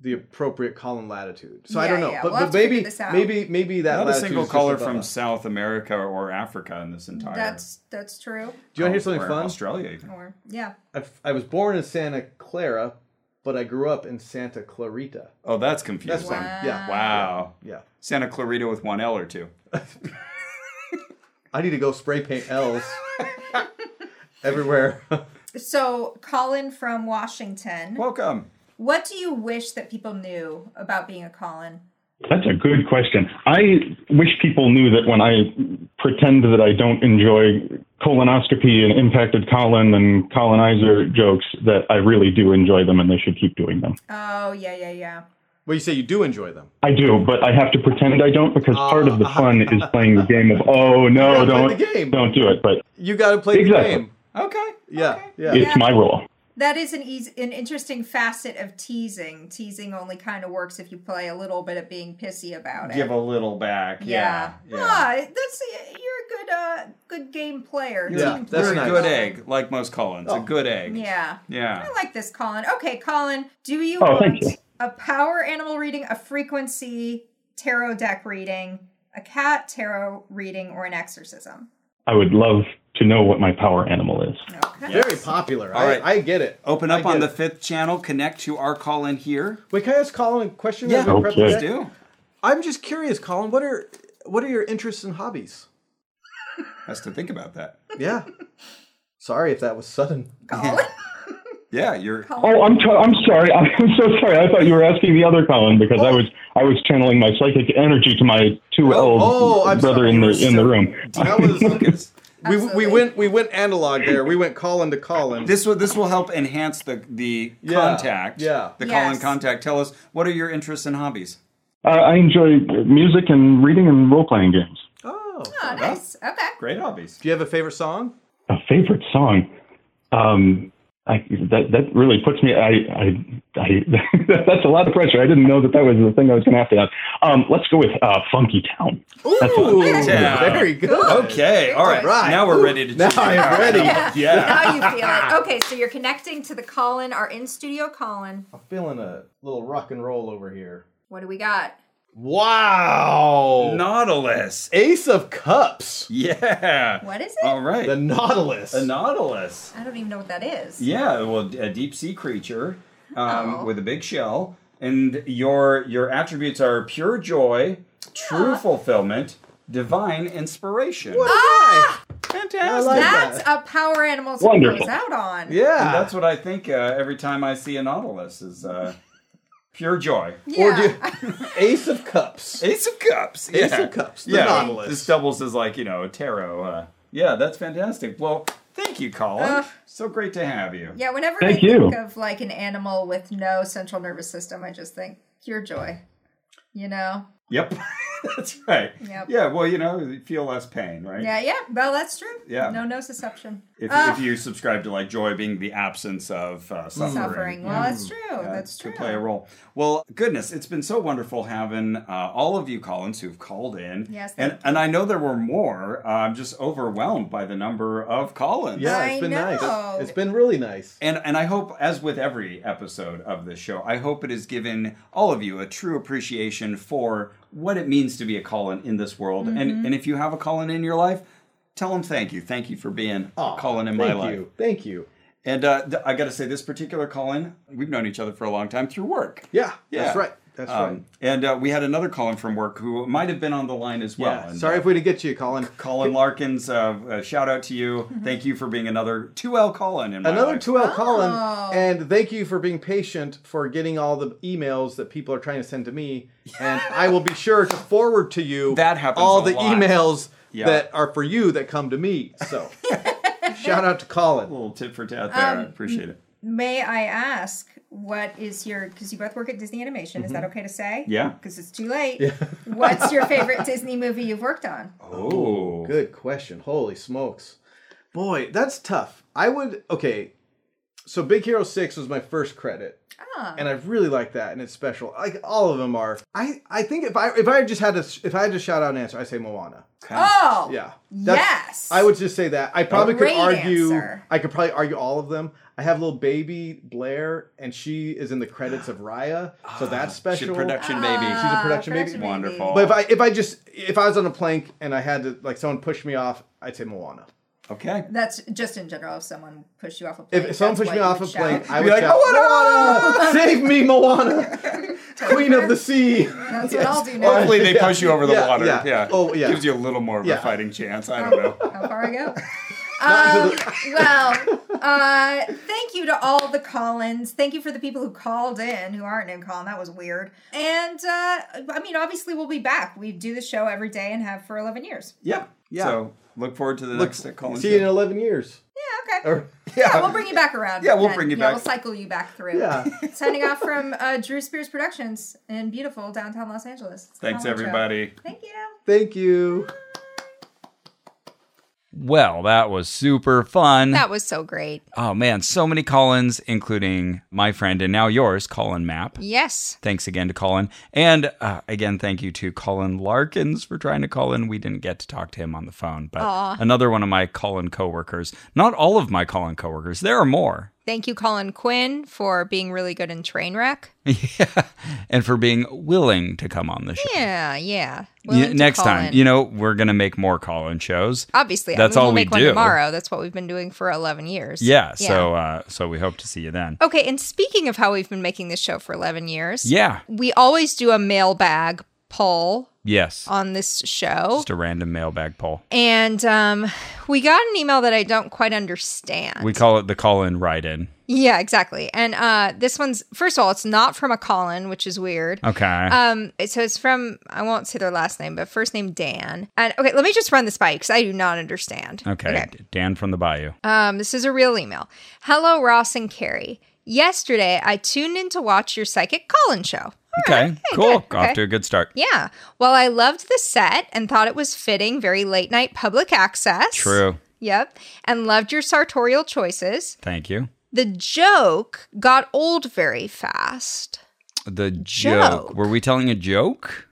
the appropriate column latitude. So I
Yeah,
don't know,
yeah,
but,
we'll
but
have to figure
maybe
this out.
maybe maybe that
Not a
latitude
single
is just
caller
above
from
us.
South America or Africa in this entire.
That's that's true.
Do you want to hear something
or
fun?
Australia. even.
Or yeah.
I, I was born in Santa Clara, but I grew up in Santa Clarita.
Oh, that's confusing.
That's fun. Yeah.
Wow.
Yeah.
Santa Clarita with one L or two.
I need to go spray paint L's everywhere.
So Colin from Washington.
Welcome.
What do you wish that people knew about being a Colin?
That's a good question. I wish people knew that when I pretend that I don't enjoy colonoscopy and impacted colon and colonizer jokes, that I really do enjoy them and they should keep doing them.
Oh yeah, yeah, yeah.
Well, you say you do enjoy them.
I do, but I have to pretend I don't because part of the fun is playing the game of oh no,
Uh, You gotta play
don't
the game.
don't do it. But
You got to play
Exactly.
the game.
Okay.
Yeah. Yeah.
it's my rule.
That is an easy, an interesting facet of teasing. Teasing only kind of works if you play a little bit of being pissy about it.
Give a little back.
yeah.
Yeah.
Ah, that's you're a good uh good game player.
Yeah,
team
that's
player.
a good egg, like most Collins. A
Oh.
good egg.
Yeah.
Yeah.
I like this, Colin. Okay, Colin, do you
Oh,
want
thank you.
a power animal reading, a frequency tarot deck reading, a cat tarot reading, or an exorcism?
I would love to know what my power animal is.
Very popular. I, I get it.
Open
I
up
get
on the
it.
fifth channel. Connect to our call in here.
Wait, can I ask Colin a question?
Yeah.
as we prep the
Okay.
deck?
Let's do.
I'm just curious, Colin. What are what are your interests and hobbies?
Has to think about that.
Yeah. Sorry if that was sudden.
yeah, you're.
Oh, I'm t- I'm sorry. I'm so sorry. I thought you were asking the other Colin because I was I was channeling my psychic energy to my two elves
oh, I'm
brother
sorry.
in
You
the
were
in
so-
the room.
That was we, we went we went analog there. We went Colin to Colin.
This will this will help enhance the the contact.
yeah.
The call in
Yes.
contact. Tell us what are your interests and hobbies.
Uh, I enjoy music and reading and role playing games.
Oh,
nice. Okay.
Great hobbies.
Do you have a favorite song?
A favorite song. Um, I, that that really puts me. I, I, I that's a lot of pressure. I didn't know that that was the thing I was going to have to ask. Um, let's go with uh, Funky Town. That's a-
Yeah.
very good.
Okay, all right.
Right.
Now we're ready to.
Now
choose
I'm
our
ready.
animal.
Now you
Yeah.
feel it. Okay, so you're connecting to the Colin, our in studio Colin.
I'm feeling a little rock and roll over here.
What do we got?
Wow.
Nautilus.
Ace of Cups.
Yeah.
What is it?
All right.
The Nautilus.
The Nautilus.
I don't even know what that is.
Yeah, well, d- a deep sea creature um,
Oh.
with a big shell, and your your attributes are pure joy, true fulfillment, divine inspiration.
Ah!
Fantastic.
That's a power animal to
Wonderful.
close out on.
Ah.
And that's what I think uh, every time I see a nautilus is uh, pure joy.
Or do
Ace of Cups.
Ace of Cups.
Ace
yeah.
of Cups, the
yeah.
Nautilus.
This doubles as like you know a tarot. Uh, yeah, that's fantastic. Well, thank you, Colin.
Uh,
so great to have you.
Yeah, whenever
Thank
I think
you.
of like an animal with no central nervous system, I just think pure joy. You know?
Yep. that's right.
Yep.
Yeah. Well, you know, you feel less pain, right?
Yeah, yeah. Well, that's true.
Yeah.
No nociception.
If,
Ah,
if you subscribe to like joy being the absence of uh, suffering,
suffering. Well,
Yeah.
that's true. that's true.
could play a role. Well, goodness, it's been so wonderful having uh, all of you, Collins, who've called in.
Yes, thank
and and I know there were more. Uh, I'm just overwhelmed by the number of Collins.
Yeah, it's been nice. It's been really nice.
And and I hope, as with every episode of this show, I hope it has given all of you a true appreciation for what it means to be a Colin in this world.
Mhm.
Mm-hmm.
And and if you have a Colin in your life, tell them thank you. Thank you for being a Colin in my
thank
life.
you. Thank you.
And uh, th- I got to say, this particular Colin, we've known each other for a long time through work.
Yeah, that's right. That's right.
And uh, we had another Colin from work who might have been on the line as well.
Yeah.
And, uh,
Sorry if we didn't get you, Colin. Mm-hmm.
Colin Larkins, uh, uh, shout out to you. Thank you for being another 2L Colin in my
Another
life.
2L Colin, and thank you for being patient for getting all the emails that people are trying to send to me. And I will be sure to forward to you
That happens
all
a
the
lot.
emails
Yeah.
that are for you that come to me. So shout out to Colin. A
little tit for tat there. I
Um,
appreciate it.
May I ask what is your because you both work at Disney Animation? Is that
Mhm.
okay to say?
Yeah.
Because it's too late. What's your favorite Disney movie you've worked on?
Oh, good question. Holy smokes. Boy, that's tough. I would okay. So Big Hero 6 was my first credit.
Ah.
And I really like that and it's special. Like all of them are. I I think if I if I just had to if I had to shout out an answer, I say Moana.
Oh.
Yeah.
yes.
I would just say that. I probably
Great
could argue
answer.
I could probably argue all of them. I have little baby Blair and she is in the credits of Raya, so that's special. Ah,
production baby.
She's a production baby.
production baby. Wonderful.
But if I if I just if I was on a plank and I had to like someone push me off, I'd say Moana.
Okay.
That's just in general. If someone pushed you off a plane,
If someone
that's
pushed
what
me
you
off a
would
plank,
shout.
I would shout, Moana! Save me, Moana! Queen of the sea!
That's what I'll do now.
Hopefully they
Yeah.
push you over the
Yeah,
water.
yeah.
Yeah.
Oh, yeah.
Gives you a little more of
Yeah.
a fighting chance. I don't know.
How far I go? Um, well, uh, thank you to all the Collins. Thank you for the people who called in who aren't in Colin. That was weird. And uh, I mean, obviously, we'll be back. We do the show every day and have for 11 years.
Yeah.
Yeah.
So look forward to the next uh, Colin
See you in
show.
11 years.
Okay.
Or-
yeah. we'll bring you back around.
Yeah, we'll
then.
bring you
yeah,
back.
We'll cycle you back through.
Yeah.
Signing off from uh, Drew Spears Productions in beautiful downtown Los Angeles. It's the
Thanks,
Colin Show.
everybody.
Thank you.
Thank you.
Well, that was super fun.
That was so great.
oh man, so many Collins, including my friend and now yours, Colin Map.
Yes.
Thanks again to Colin. And uh, again, thank you to Colin Larkins for trying to call in. We didn't get to talk to him on the phone, but
Aw.
another one of my Colin coworkers. Not all of my Colin coworkers, there are more.
Thank you, Colin Quinn, for being really good in Trainwreck.
And for being willing to come on the show.
Yeah, yeah.
Yeah,
Willing to
next
call
time,
in.
you know, we're going to make more Colin shows.
Obviously,
that's
I mean,
all
we'll
we
make
do.
one tomorrow. That's what we've been doing for 11 years.
Yeah, so uh, so we hope to see you then.
Okay, and speaking of how we've been making this show for 11 years,
Yeah.
we always do a mailbag poll
Yes,
on this show.
just a random mailbag poll.
And um, we got an email that I don't quite understand.
We call it the Colin write-in.
yeah, exactly. And uh, this one's, first of all, it's not from a Colin, which is weird.
Okay.
Um, so it's from, I won't say their last name, but first name Dan. And okay, let me just run this by you because I do not understand.
okay. D- Dan from the Bayou.
Um, this is a real email. Hello, Ross and Carrie. Yesterday, I tuned in to watch your psychic Colin show.
Okay, cool.
Okay.
Off to a good start.
Yeah. Well, I loved the set and thought it was fitting, very late night public access.
True.
Yep. And loved your sartorial choices.
Thank you.
The joke got old very fast.
The joke. Were we telling a joke?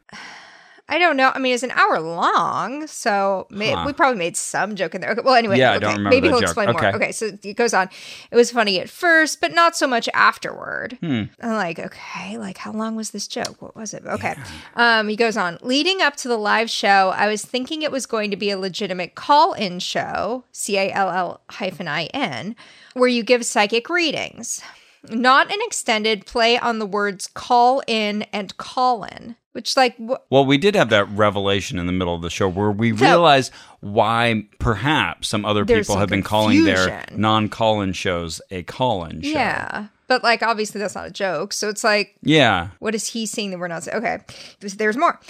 I don't know. I mean, it's an hour long, so may-
Huh.
we probably made some joke in there. Okay, well, anyway,
Yeah, I
okay,
don't remember
Maybe
that
he'll
joke.
explain
Okay.
more. Okay, so it goes on. It was funny at first, but not so much afterward.
Hmm.
I'm like, okay, like how long was this joke? What was it? Okay. Um, he goes on. Leading up to the live show, I was thinking it was going to be a legitimate call-in show, C A L L hyphen I N, where you give psychic readings. Not an extended play on the words call in and call in, which like wh-
Well, we did have that revelation in the middle of the show where we
So-
realized why perhaps some other
There's
people
some
have been calling their
confusion.
non-call-in shows a call-in show.
Yeah. But like obviously that's not a joke. So it's like
Yeah.
what is he seeing that we're not seeing? Okay. There's, there's more.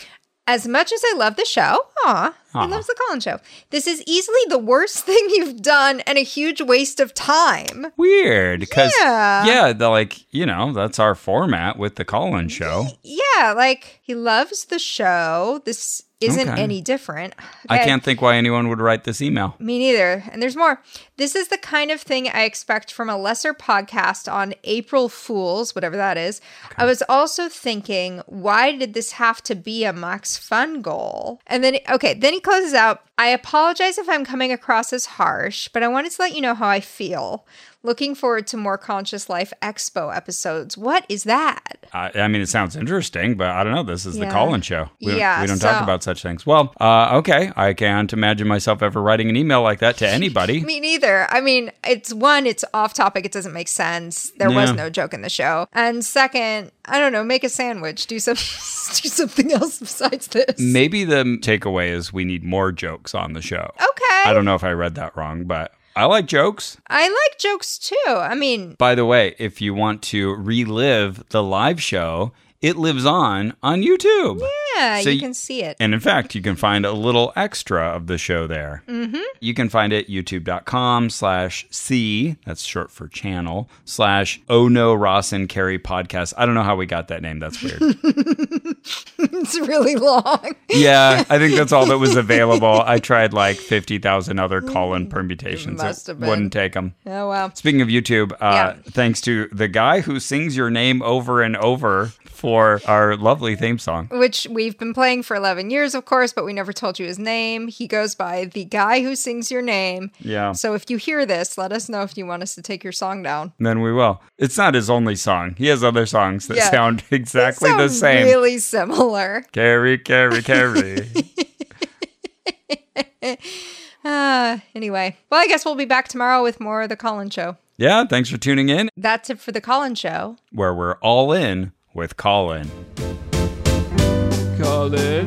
As much as I love the show, aw,
Aw.
he loves the Colin show. This is easily the worst thing you've done and a huge waste of time.
Weird, because
Yeah.
yeah, they're like you know that's our format with the call-in show.
Yeah, like he loves the show. This isn't
Okay.
any different.
I
Okay.
can't think why anyone would write this email.
Me neither. And there's more. This is the kind of thing I expect from a lesser podcast on April Fools, whatever that is. I was also thinking, why did this have to be a Max Fun goal? And then, okay, then he closes out. I apologize if I'm coming across as harsh, but I wanted to let you know how I feel. Looking forward to more Conscious Life Expo episodes. What is that?
I, I mean, it sounds interesting, but I don't know. This is
Yeah.
the Colin show. We don't-
Yeah,
we don't
so-
talk about such things. Well, uh, okay. I can't imagine myself ever writing an email like that to anybody.
Me neither. I mean, it's one, it's off topic. It doesn't make sense. There was
Yeah.
no joke in the show. And second, I don't know, make a sandwich. Do some do something else besides this.
Maybe the takeaway is we need more jokes on the show.
Okay.
I don't know if I read that wrong, but I like jokes.
I like jokes too. I mean,
By the way, if you want to relive the live show, it lives on on YouTube.
yeah,
So
you
y-
can see it.
And in fact, you can find a little extra of the show there.
Mhm.
You can find it youtube.com slash C, that's short for channel, slash Oh No Ross and Carrie podcast. I don't know how we got that name. That's weird.
it's really long.
yeah, I think that's all that was available. I tried like 50,000 other call in permutations.
Mm, Must
it
have been.
wouldn't take them.
Oh well.
Speaking of YouTube, uh, thanks to the guy who sings your name over and over for our lovely theme song.
Which we've been playing for 11 years, of course, but we never told you his name. He goes by the guy who sings your name.
Yeah.
So if you hear this, let us know if you want us to take your song down.
Then we will. It's not his only song. He has other songs that
Yeah.
sound exactly the
Sound
same.
Really similar.
Carrie, Carrie, Carrie.
Uh, anyway, well, I guess we'll be back tomorrow with more of the Colin Show.
yeah, thanks for tuning in,
That's it for the Colin Show.
where we're all in with Colin.
Colin.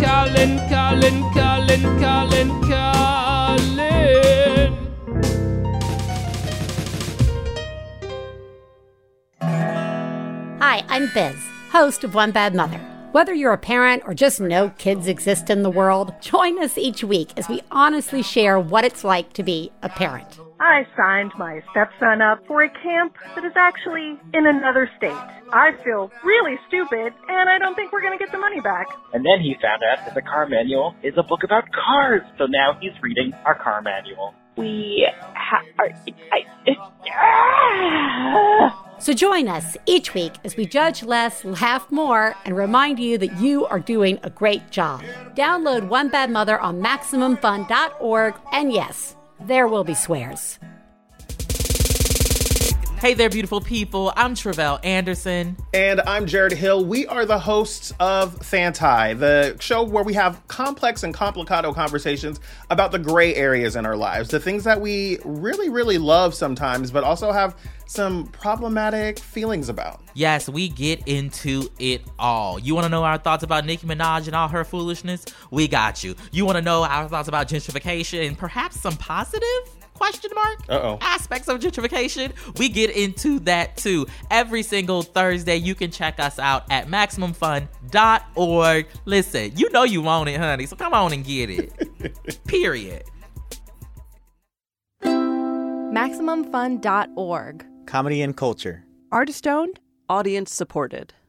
Colin, Colin, Colin, Colin, Colin.
Hi, I'm Biz, host of One Bad Mother. Whether you're a parent or just know kids exist in the world, join us each week as we honestly share what it's like to be a parent.
I signed my stepson up for a camp that is actually in another state. I feel really stupid, and I don't think we're going to get the money back.
And then he found out that the car manual is a book about cars. So now he's reading our car manual.
We ha- are.
So join us each week as we judge less, laugh more, and remind you that you are doing a great job. Download One Bad Mother on MaximumFun.org, and yes, there will be swears.
Oh. Hey there, beautiful people. I'm Travelle Anderson.
And I'm Jared Hill. We are the hosts of Fanti, the show where we have complex and complicado conversations about the gray areas in our lives, the things that we really, really love sometimes, but also have some problematic feelings about.
Yes, we get into it all. You want to know our thoughts about Nicki Minaj and all her foolishness? We got you. You want to know our thoughts about gentrification and perhaps some positive? Question mark?
Uh oh.
aspects of gentrification, we get into that too. Every single Thursday, you can check us out at MaximumFun.org. Listen, you know you want it, honey, so come on and get it. Period.
MaximumFun.org.
Comedy and culture.
Artist owned, audience supported.